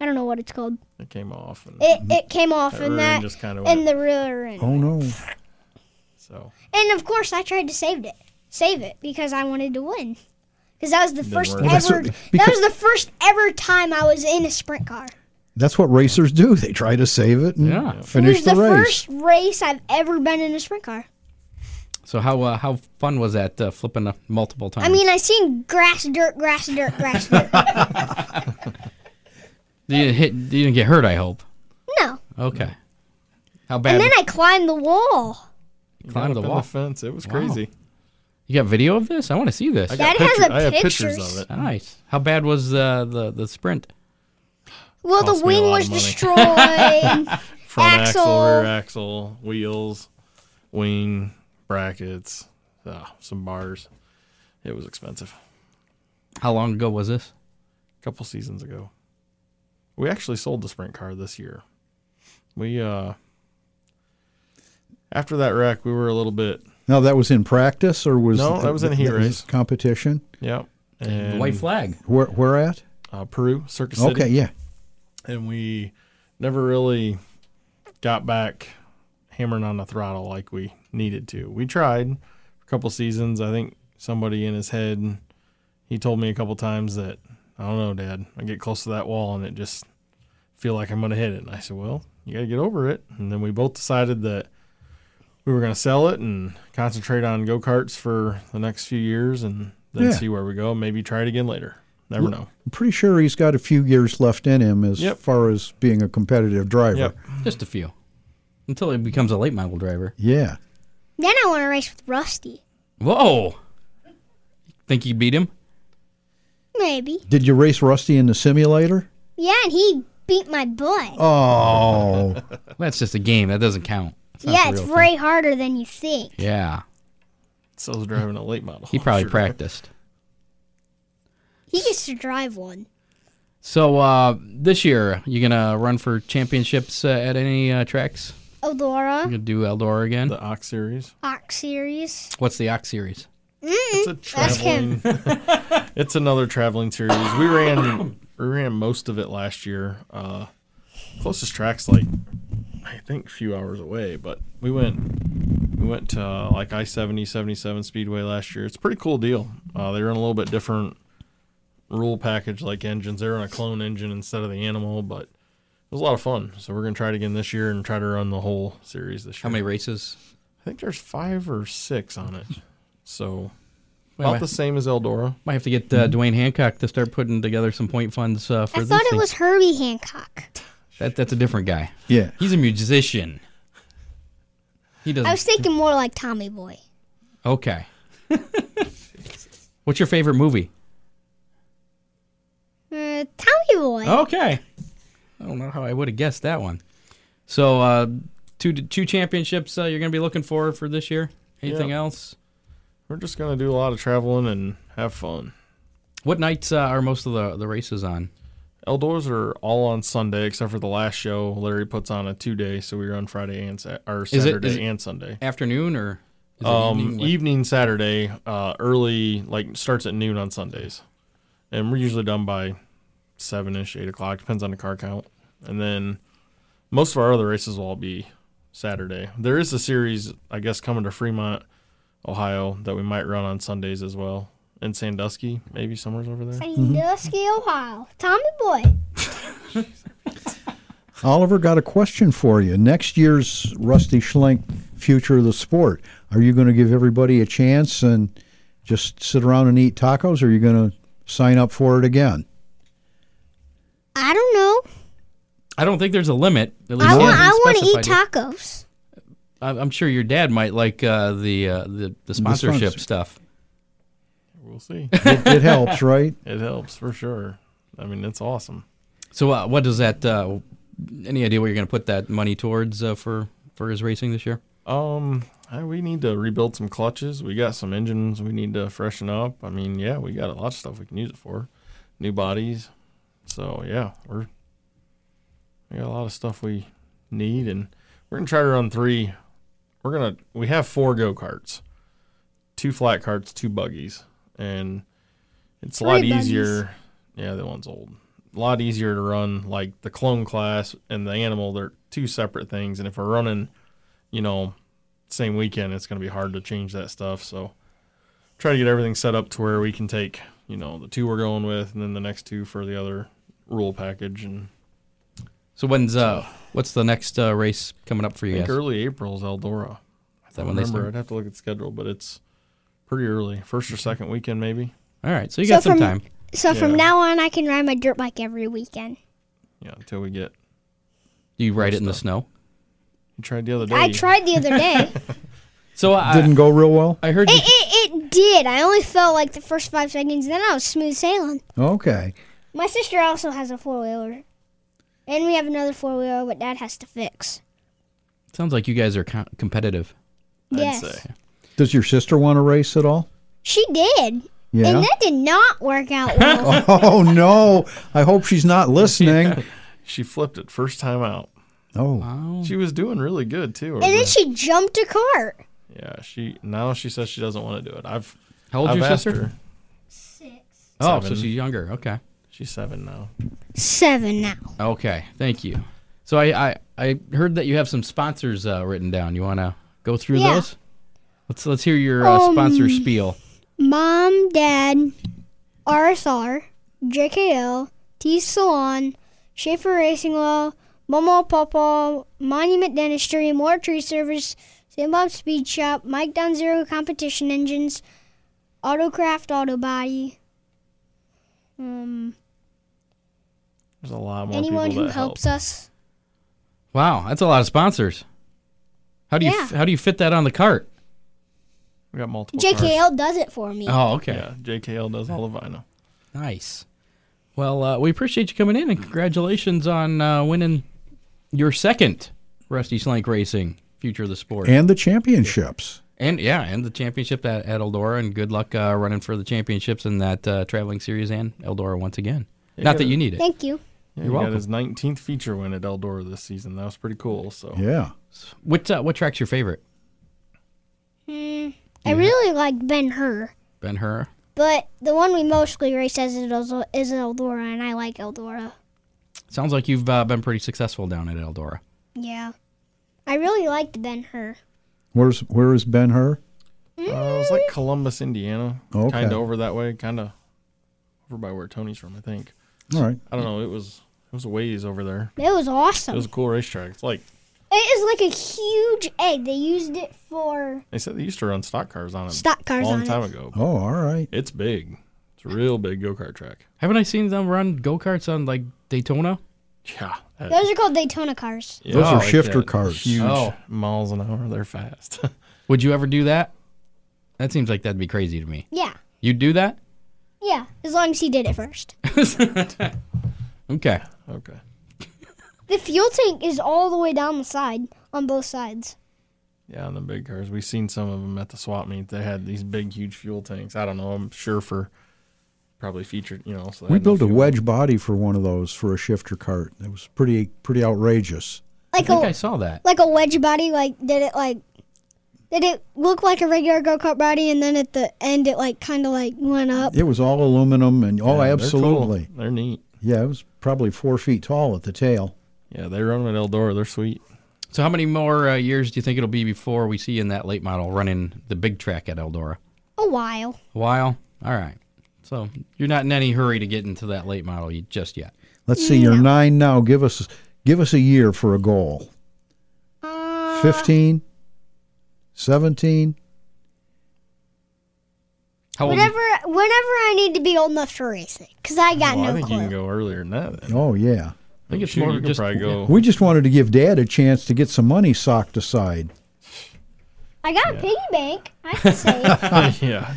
I don't know what it's called. It came off. And It it came off the in rear that end just kind of went. in the rear end. Oh no. so And of course, I tried to save it, save it because I wanted to win. Because that was the first work. ever. Well, that's what- that because- was the first ever time I was in a sprint car. That's what racers do. They try to save it and Yeah. finish it was the, race. first race I've ever been in a sprint car. so how uh, how fun was that uh, flipping up multiple times? I mean, I seen grass, dirt, grass, dirt, grass, dirt. you didn't hit, you didn't get hurt. I hope. No, Okay. How bad? and then I climbed the wall. you Climbed got the up in wall. fence. It was crazy. you got video of this? I want to see this. I Dad got has picture- a I have pictures pictures. of it. Nice. How bad was the the, the sprint? Well, the Cost me a wing lot was of money. destroyed. Front axle. Axle. rear axle, wheels, wing, brackets, uh, some bars. It was expensive. How long ago was this? A couple seasons ago. We actually sold the sprint car this year. We uh after that wreck, we were a little bit. Now that was in practice or was No, that was in a heat race. competition. Yep. The And white flag. Where where at? uh, Peru Circus City. Okay, yeah. and we never really got back hammering on the throttle like we needed to. We tried a couple seasons. I think somebody in his head, he told me a couple times that I don't know, Dad. I get close to that wall and it just feel like I'm gonna hit it. And I said, Well, you gotta get over it. And then we both decided that we were gonna sell it and concentrate on go karts for the next few years and then Yeah. see where we go. Maybe try it again later. Never know. I'm pretty sure he's got a few years left in him as Yep. far as being a competitive driver. Yep. Just a few. Until he becomes a late model driver. Yeah. then I want to race with Rusty. Whoa. Think you beat him? Maybe. Did you race Rusty in the simulator? Yeah, and he beat my butt. Oh, That's just a game. That doesn't count. It's not yeah, the it's real way harder than you think. thing. Yeah. So I was driving a late model. He probably Sure. practiced. He gets to drive one. So uh, this year, you gonna run for championships uh, at any uh, tracks? You Eldora, gonna do Eldora again? the Ox series. Ox Series. What's the Ox series? It's a Ask him. traveling. it's another traveling series. We ran we ran most of it last year. Uh, closest tracks like I think a few hours away, but we went we went to uh, like I 70 77 Speedway last year. It's a pretty cool deal. Uh, they run a little bit different rule package like engines. They run a clone engine instead of the animal, but it was a lot of fun. So we're gonna try it again this year and try to run the whole series this year. How many races? I think there's five or six on it. So Wait, about wait. the same as Eldora. Might have to get Mm-hmm. uh, Dwayne Hancock to start putting together some point funds uh, for I this thought it thing. was Herbie Hancock. That, that's a different guy. yeah. He's a musician. He doesn't. I was thinking more like Tommy Boy. okay. What's your favorite movie? Uh, Tommy Boy. Oh. Okay. I don't know how I would have guessed that one. So, uh, two two championships uh, you're going to be looking for for this year. Anything Yeah. else? We're just gonna do a lot of traveling and have fun. What nights uh, are most of the, the races on? Eldoras are all on Sunday except for the last show. Larry puts on a two day, so we run Friday and sa- or it- Saturday is it- and Sunday. Afternoon or is it Um, evening? evening, What- Saturday, uh, early like starts at noon on Sundays, and we're usually done by seven ish, eight o'clock. Depends on the car count, and then most of our other races will all be Saturday. There is a series, I guess, coming to Fremont, Ohio, that we might run on Sundays as well. And Sandusky, maybe somewhere's over there. Sandusky, Ohio. Tommy Boy. Oliver got a question for you. Next year's Rusty Schlenk future of the sport. Are you going to give everybody a chance and just sit around and eat tacos? Or are you going to sign up for it again? I don't know. I don't think there's a limit. At least I it want. hasn't I want to specified eat it. tacos. I'm I'm sure your dad might like uh, the, uh, the the sponsorship sponsor. stuff. We'll see. It, it helps, right? it helps for sure. I mean, it's awesome. So uh, what does that? Uh, any idea what you're going to put that money towards uh, for for his racing this year? Um, I- we need to rebuild some clutches. We got some engines we need to freshen up. I mean, yeah, we got a lot of stuff we can use it for. New bodies. So yeah, we're we got a lot of stuff we need, and we're gonna try to run three. We're gonna we have four go karts, two flat carts, two buggies, and it's a lot Three buggies. easier. Yeah, that one's old. A lot easier to run like the clone class and the animal. They're two separate things, and if we're running, you know, same weekend, it's gonna be hard to change that stuff. So try to get everything set up to where we can take you know the two we're going with, and then the next two for the other rule package and So when's uh what's the next uh, race coming up for you I think guys? early April is Eldora. I that don't when they remember. start? I'd have to look at the schedule, but it's pretty early. First or second weekend, maybe. All right, so you So got some from- time. So from Yeah. now on, I can ride my dirt bike every weekend. Yeah, until we get. You ride it in the snow. You tried the other day. I tried the other day. So I Didn't go real well? I heard you, It, it, it did. I only fell like the first five seconds, then I was smooth sailing. Okay. My sister also has a four wheeler. And we have another four wheeler, but dad has to fix. sounds like you guys are co- competitive. I'd yes. say. Does your sister want to race at all? She did. Yeah. And that did not work out well. oh, no. I hope she's not listening. She flipped it first time out. Oh, She was doing really good too. and then she jumped a cart. yeah, she now she says she doesn't want to do it. I've How old's I've your asked sister? her. Oh, so Seven. she's younger. Okay. She's seven now. Seven now. Okay. Thank you. So I I, I heard that you have some sponsors uh, written down. You want to go through Yeah. Um, those? Let's let's hear your uh, sponsor spiel. Mom, Dad, RSR, JKL, T Salon, Schaefer Racing Oil, Momo Papa, Monument Dentistry, More Tree Service, Sam Bob Speed Shop, Mike Down Zero Competition Engines, Autocraft Auto Body. Um, There's a lot more anyone people who that help. helps us. Wow, that's a lot of sponsors. How do you Yeah. how do you fit that on the cart? We got multiple. cars. JKL does it for me. Oh, okay. Yeah, JKL does all the vinyl. Nice. Well, uh, we appreciate you coming in and congratulations on uh, winning your second Rusty Slank Racing Future of the Sport. And, and the championships. yeah, and the championship at, at Eldora. And good luck uh, running for the championships in that uh, traveling series and Eldora once again. Not that you need it. Thank you. You're Yeah, he welcome. got his 19th feature win at Eldora this season. That was pretty cool. So Yeah. What, uh, what track's your favorite? I really like Ben Hur. Ben Hur? But the one we mostly race as is El- is Eldora, and I like Eldora. Sounds like you've uh, been pretty successful down at Eldora. Yeah. I really liked Ben Hur. Where's Where is Ben Hur? Uh, it was like Columbus, Indiana, Okay. kind of over that way, kind of over by where Tony's from, I think. All right. I don't know. It was it was a ways over there. It was It awesome. was a cool racetrack. It's like it is like a huge egg. They used it for they said they used to run stock cars on it stock a cars long on time it. ago. Oh, all right. It's big. It's a real big go kart track. Haven't I seen them run go karts on like Daytona? Yeah. that- Those are called Daytona cars. yeah, Those I are like shifter that. cars. Huge Oh. miles an hour. They're fast. Would you ever do that? That seems like that'd be crazy to me. Yeah. You'd do that? Yeah. As long as he did it first. Okay. okay. the fuel tank is all the way down the side on both sides. Yeah, on the big cars. We've seen some of them at the swap meet. They had these big, huge fuel tanks. I don't know. I'm sure for probably featured, you know. So they We had no built a fuel. wedge body for one of those for a shifter cart. It was pretty pretty outrageous. I Like think I a saw that. like a wedge body. Like did it like did it look like a regular go kart body, and then at the end it like kind of like went up. It was all aluminum and oh, Yeah, they're cool. absolutely. They're neat. Yeah, it was probably four feet tall at the tail. Yeah, they run with Eldora. They're sweet. So, how many more uh, years do you think it'll be before we see you in that late model running the big track at Eldora? A while. A while? All right. So, you're not in any hurry to get into that late model y- just yet. Let's see, you're nine now. Give us give us a year for a goal. Uh, 15, 17. Um, How old? Whenever, whenever I need to be old enough to race it, because I got Well, no I think clue. you can go earlier than that. Then. Oh, yeah. I think it's Shoot, more you could just- probably go. We just wanted to give Dad a chance to get some money socked aside. I got a piggy bank. I can say it. yeah.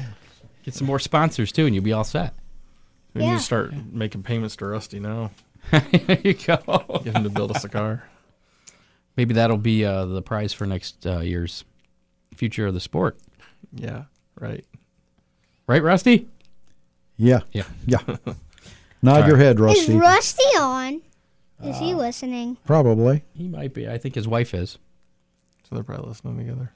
Get some more sponsors too, and you'll be all set. We need Yeah. to start making payments to Rusty now. there you go. Get him to build us a car. Maybe that'll be uh, the prize for next uh, year's future of the sport. Yeah. Right. Right, Rusty? Yeah. Yeah. Yeah. Nod your head, Is Rusty. Rusty on? Is he Uh, listening? Probably. He might be. I think his wife is. So they're probably listening together.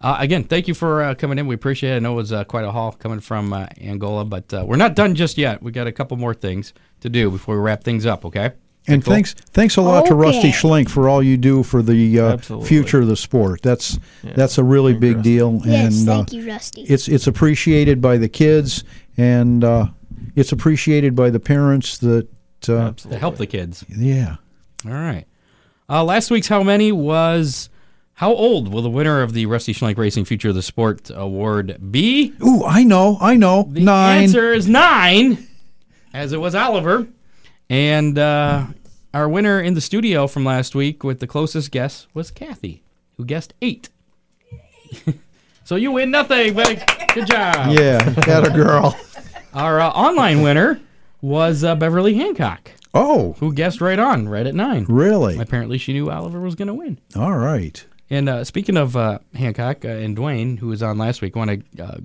Uh, again, thank you for uh, coming in. We appreciate it. I know it was uh, quite a haul coming from uh, Angola, but uh, we're not done just yet. We got a couple more things to do before we wrap things up. Okay. And Cool. thanks thanks a lot to Rusty Okay. Schlink for all you do for the uh, Absolutely. future of the sport. That's Yeah. that's a really big Rusty. deal yes, and uh, thank you, Rusty. it's it's appreciated by the kids and uh, it's appreciated by the parents that uh, To help the kids. yeah. All right. Uh, last week's how many was how old will the winner of the Rusty Schlenk Racing Future of the Sport Award be? Ooh, I know, I know. The Nine. answer is nine, as it was Oliver. And uh, our winner in the studio from last week with the closest guess was Kathy, who guessed eight. so you win nothing, buddy. Good job. Yeah, that a girl. Our uh, online winner was uh, Beverly Hancock, Oh, who guessed right on, right at nine. really? Apparently, she knew Oliver was going to win. All right. And uh, speaking of uh, Hancock uh, and Dwayne, who was on last week, want to uh,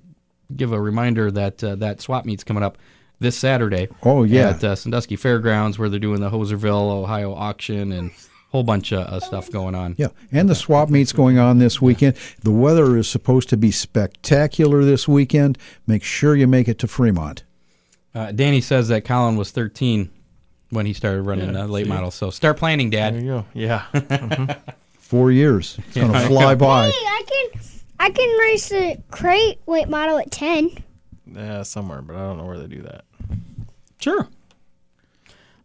give a reminder that uh, that swap meet's coming up this Saturday. Oh, yeah. at uh, Sandusky Fairgrounds where they're doing the Hoserville, Ohio auction and whole bunch of uh, stuff going on. Yeah, and the swap meet's going on this weekend. The weather is supposed to be spectacular this weekend. Make sure you make it to Fremont. Uh, Danny says that Colin was 13 when he started running Yeah, uh, late see? models, so start planning, There Dad. you go. Yeah. Four years. It's going to fly by. Hey, I can, I can race the crate weight model at ten. yeah, somewhere, but I don't know where they do that. Sure.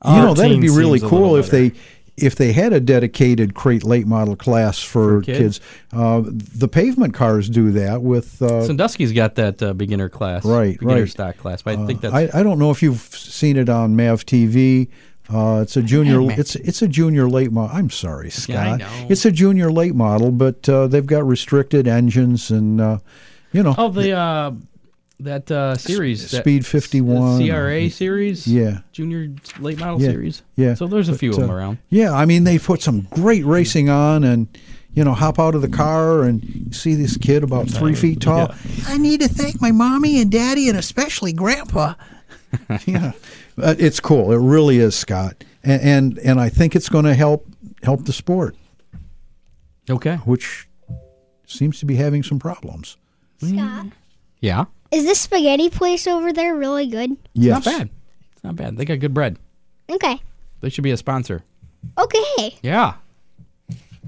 You know, that'd 13 be really seems a little cool if better. they if they had a dedicated crate late model class for, kids. kids. Uh, the pavement cars do that with. Uh, Sandusky's got that uh, beginner class, Right, Beginner right. Uh, stock class, but I think that's I, I don't know if you've seen it on Mav TV. Uh, it's a junior. It's it's a junior late model. I'm sorry, Yeah, I Scott. know. It's a junior late model, but uh, they've got restricted engines and uh, you know. oh the uh, that uh, series, that- Speed 51. the CRA series, Yeah. junior late model Yeah, series, yeah. So there's a few of But, them uh, around. Yeah, I mean they put some great racing on, and you know hop out of the car and you see this kid about three feet tall. I need to thank my mommy and daddy and especially grandpa. yeah, Uh, it's cool. It really is, Scott, and and, and I think it's going to help help the sport, Okay, which seems to be having some problems. Scott, yeah, is this spaghetti place over there really good? not Yes, bad. It's not bad. They got good bread. Okay. They should be a sponsor. Okay. Yeah.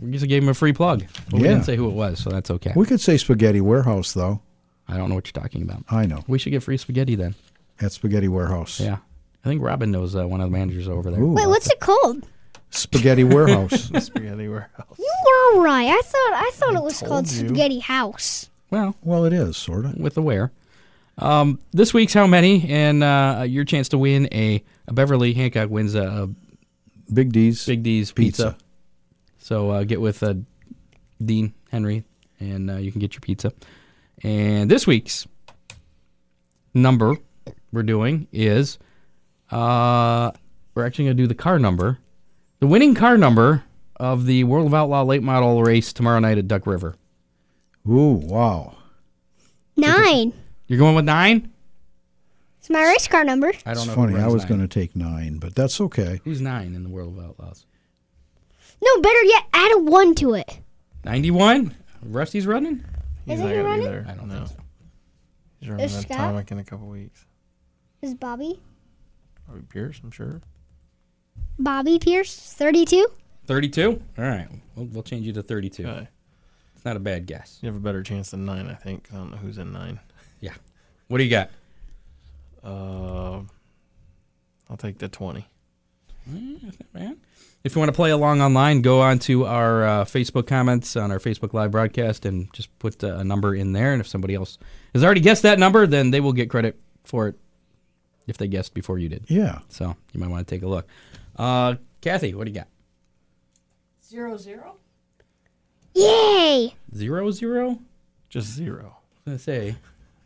We just gave him a free plug. Well, We Yeah. didn't say who it was, so that's okay. We could say Spaghetti Warehouse, though. I don't know what you're talking about. I know We should get free spaghetti then. at Spaghetti Warehouse. Yeah. I think Robin knows uh, one of the managers over there. Ooh, Wait, what's it called? Spaghetti Warehouse? Spaghetti warehouse. You were right. I thought I thought it was called you. Spaghetti House. Well, well, it is sort of. with the where. Um, this week's How Many? And uh, your chance to win a, a Beverly Hancock wins a, a Big D's. Big D's pizza. So uh, get with uh, Dean Henry, and uh, you can get your pizza. And this week's number we're doing is uh, we're actually going to do the car number, the winning car number of the World of Outlaw Late Model race tomorrow night at Duck River. Ooh, wow. Nine. You're going with nine? It's my race car number. I don't It's know. funny. I was going to take nine, but that's okay. Who's nine in the World of Outlaws? No, better yet, add a one to it. Ninety-one. Rusty's running. He's it not you gonna running? be there. I don't no. think so. He's running Is an Scott? atomic in a couple weeks. Is Bobby? Probably Pierce, I'm sure. Bobby Pierce, 32. 32? All right. We'll, we'll change you to 32. Okay. It's not a bad guess. You have a better chance than nine, I think. 'cause I don't know who's in nine. Yeah. What do you got? Uh, I'll take the 20. man. If you want to play along online, go on to our uh, Facebook comments on our Facebook live broadcast and just put uh, a number in there. And if somebody else has already guessed that number, then they will get credit for it if they guessed before you did. Yeah. So you might want to take a look. Uh, Kathy, what do you got? Zero zero. Yay! Zero zero? I was Just zero. gonna say.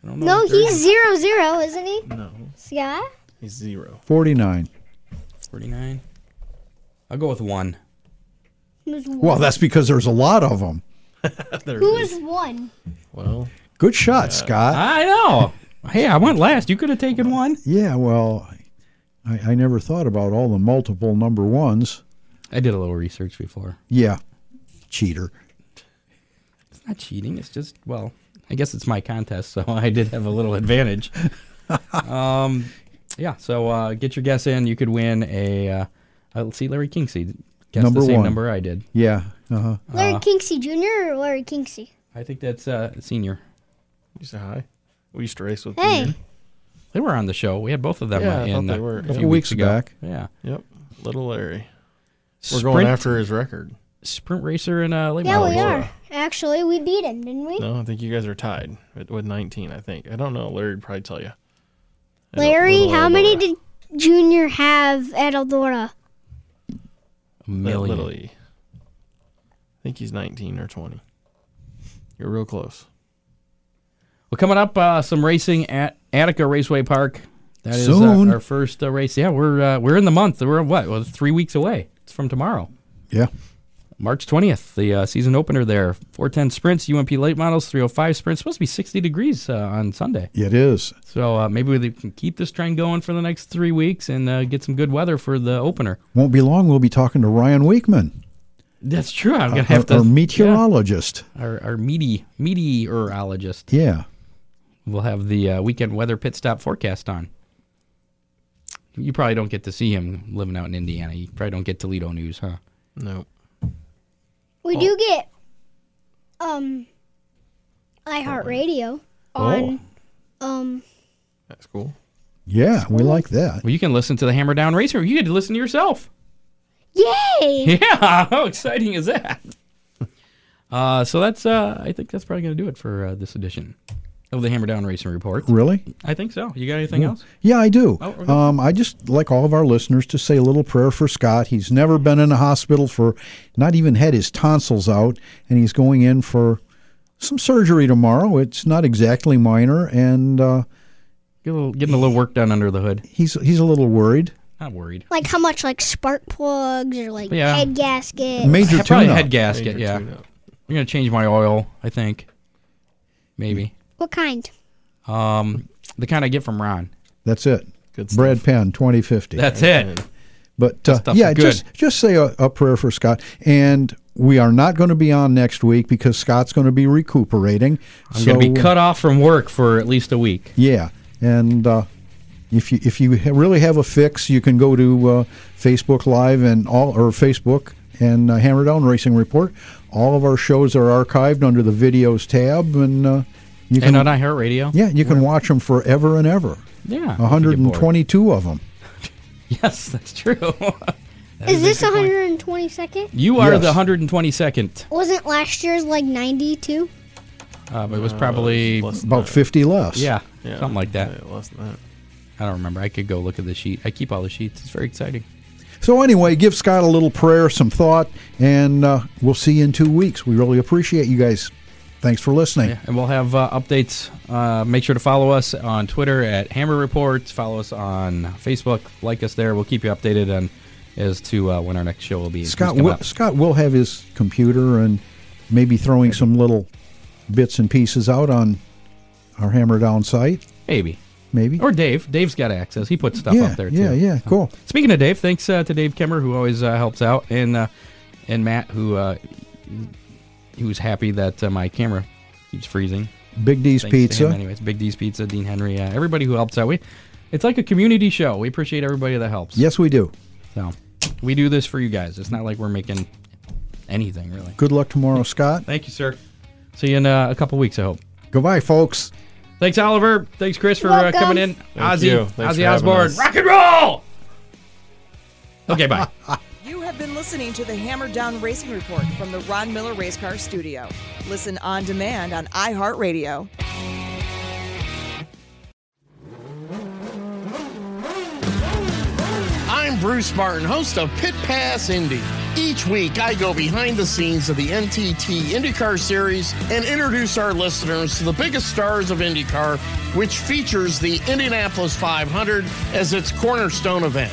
I don't know No, if there's he's zero zero, isn't he? No, Scott? he's zero. 49. 49. I'll go with one. Who's Well, that's because there's a lot of them. There Who it is is. one? Well, Good shot, Scott. I know. hey, I went last. You could have taken one. yeah, well, I, I never thought about all the multiple number ones. I did a little research before. Yeah. Cheater. It's not cheating. It's just well, I guess it's my contest, so I did have a little advantage. um, yeah. So uh, get your guess in. You could win a. Uh, uh, let's see, Larry Kingsey guessed Number the same one. number I did. Yeah. Uh-huh. Larry Kinksey Jr. or Larry Kinksey? I think that's uh, senior. you say hi. We used to race with Hey. Peter. They were on the show. We had both of them Yeah, I in. thought they uh, were. a Couple few weeks ago. back. Yeah. Yep, little Larry. We're Sprint, going after his record. sprint racer and uh, late Yeah, model we racer. are. Actually, we beat him, didn't we? No, I think you guys are tied with with 19. I think. I don't know. Larry'd probably tell you. I don't- Larry, little how many Eldora. did Junior have at Eldora? A Li- million. Little E. I think he's 19 or 20. You're real close. Well, coming up, uh, some racing at Attica Raceway Park. That is Soon. Our, our first uh, race. Yeah, we're uh, we're in the month. We're what? Well, three weeks away. It's from tomorrow. Yeah. March 20th, the uh, season opener there. 410 sprints, UMP late models, 305 sprints. Supposed to be 60 degrees uh, on Sunday. It is. So uh, maybe we can keep this trend going for the next three weeks and uh, get some good weather for the opener. Won't be long. We'll be talking to Ryan Wakeman, That's true. I'm going to our, have to. our meteorologist. yeah, our, our meaty, meteorologist. Yeah. We'll have the uh, weekend weather pit stop forecast on. You probably don't get to see him living out in Indiana. You probably don't get Toledo news, huh? Nope. We do get um iHeartRadio on um That's cool. Yeah. We like that. Well, you can listen to the Hammer Down Racer. You get to listen to yourself. Yay! Yeah, how exciting is that? Uh, so that's uh, I think that's probably going to do it for uh, this edition of the Hammer Down Racing Report. Really? I think so. You got anything else? Yeah, I do. Oh, okay. um, I just like all of our listeners to say a little prayer for Scott. He's never been in a hospital for, not even had his tonsils out, and he's going in for some surgery tomorrow. It's not exactly minor, and uh, Get a little, getting a little work done under the hood. he's he's a little worried. Not worried. Like how much like spark plugs or like Yeah. head gasket. Major Probably tune-up. head gasket. Major yeah, tune-up. I'm going to change my oil. I think maybe what kind? um, the kind I get from Ron. That's it. Good Brad Penn, 2050. That's it. But uh, stuff's yeah, good. just just say a, a prayer for Scott. And we are not going to be on next week because Scott's going to be recuperating. I'm going to be cut off from work for at least a week. Yeah, and uh, if you if you ha- really have a fix, you can go to uh, Facebook Live and all or Facebook and uh, Hammer Down Racing Report. All of our shows are archived under the videos tab, and uh, you can And on iHeartRadio. yeah you can watch them forever and ever. Yeah. if you get bored. 122 of them. Yes, that's true. That Is a this good point. 122nd? You are Yes. the 122nd. Wasn't last year's like 92? Uh, but it was probably Less than About that. 50 less. Uh, yeah, Yeah. something like that. Yeah, less than that. I don't remember. I could go look at the sheet. I keep all the sheets. It's very exciting. So anyway, give Scott a little prayer, some thought, and uh, we'll see you in two weeks. We really appreciate you guys. Thanks for listening. And we'll have uh, updates. Uh, make sure to follow us on Twitter at Hammer Reports. Follow us on Facebook. Like us there. We'll keep you updated on as to uh, when our next show will be. and who's Scott coming will, up. Scott will have his computer and maybe throwing some little bits and pieces out on our Hammer Down site, maybe. maybe. Or Dave. Dave's got access. He puts stuff yeah, up there too. yeah, yeah, cool. Speaking of Dave, thanks uh, to Dave Kimmer who always uh, helps out, and uh, and Matt who uh, he was happy that uh, my camera keeps freezing. Big D's Thanks to him Pizza. anyways, Big D's Pizza, Dean Henry, uh, everybody who helps out. We, it's like a community show. We appreciate everybody that helps. Yes, we do. So We do this for you guys. It's not like we're making anything really. Good luck tomorrow, Scott. Thank you, sir. See you in uh, a couple weeks, I hope. Goodbye, folks. Thanks, Oliver. Thanks, Chris, for uh, Welcome. coming in. Thank Ozzy, you. Thanks for Ozzy having Osbourne, us. rock and roll. Okay, bye. You have been listening to the Hammer Down Racing Report from the Ron Miller Race Car Studio. Listen on demand on iHeartRadio. I'm Bruce Martin, host of Pit Pass Indy. Each week, I go behind the scenes of the NTT IndyCar Series and introduce our listeners to the biggest stars of IndyCar, which features the Indianapolis 500 as its cornerstone event.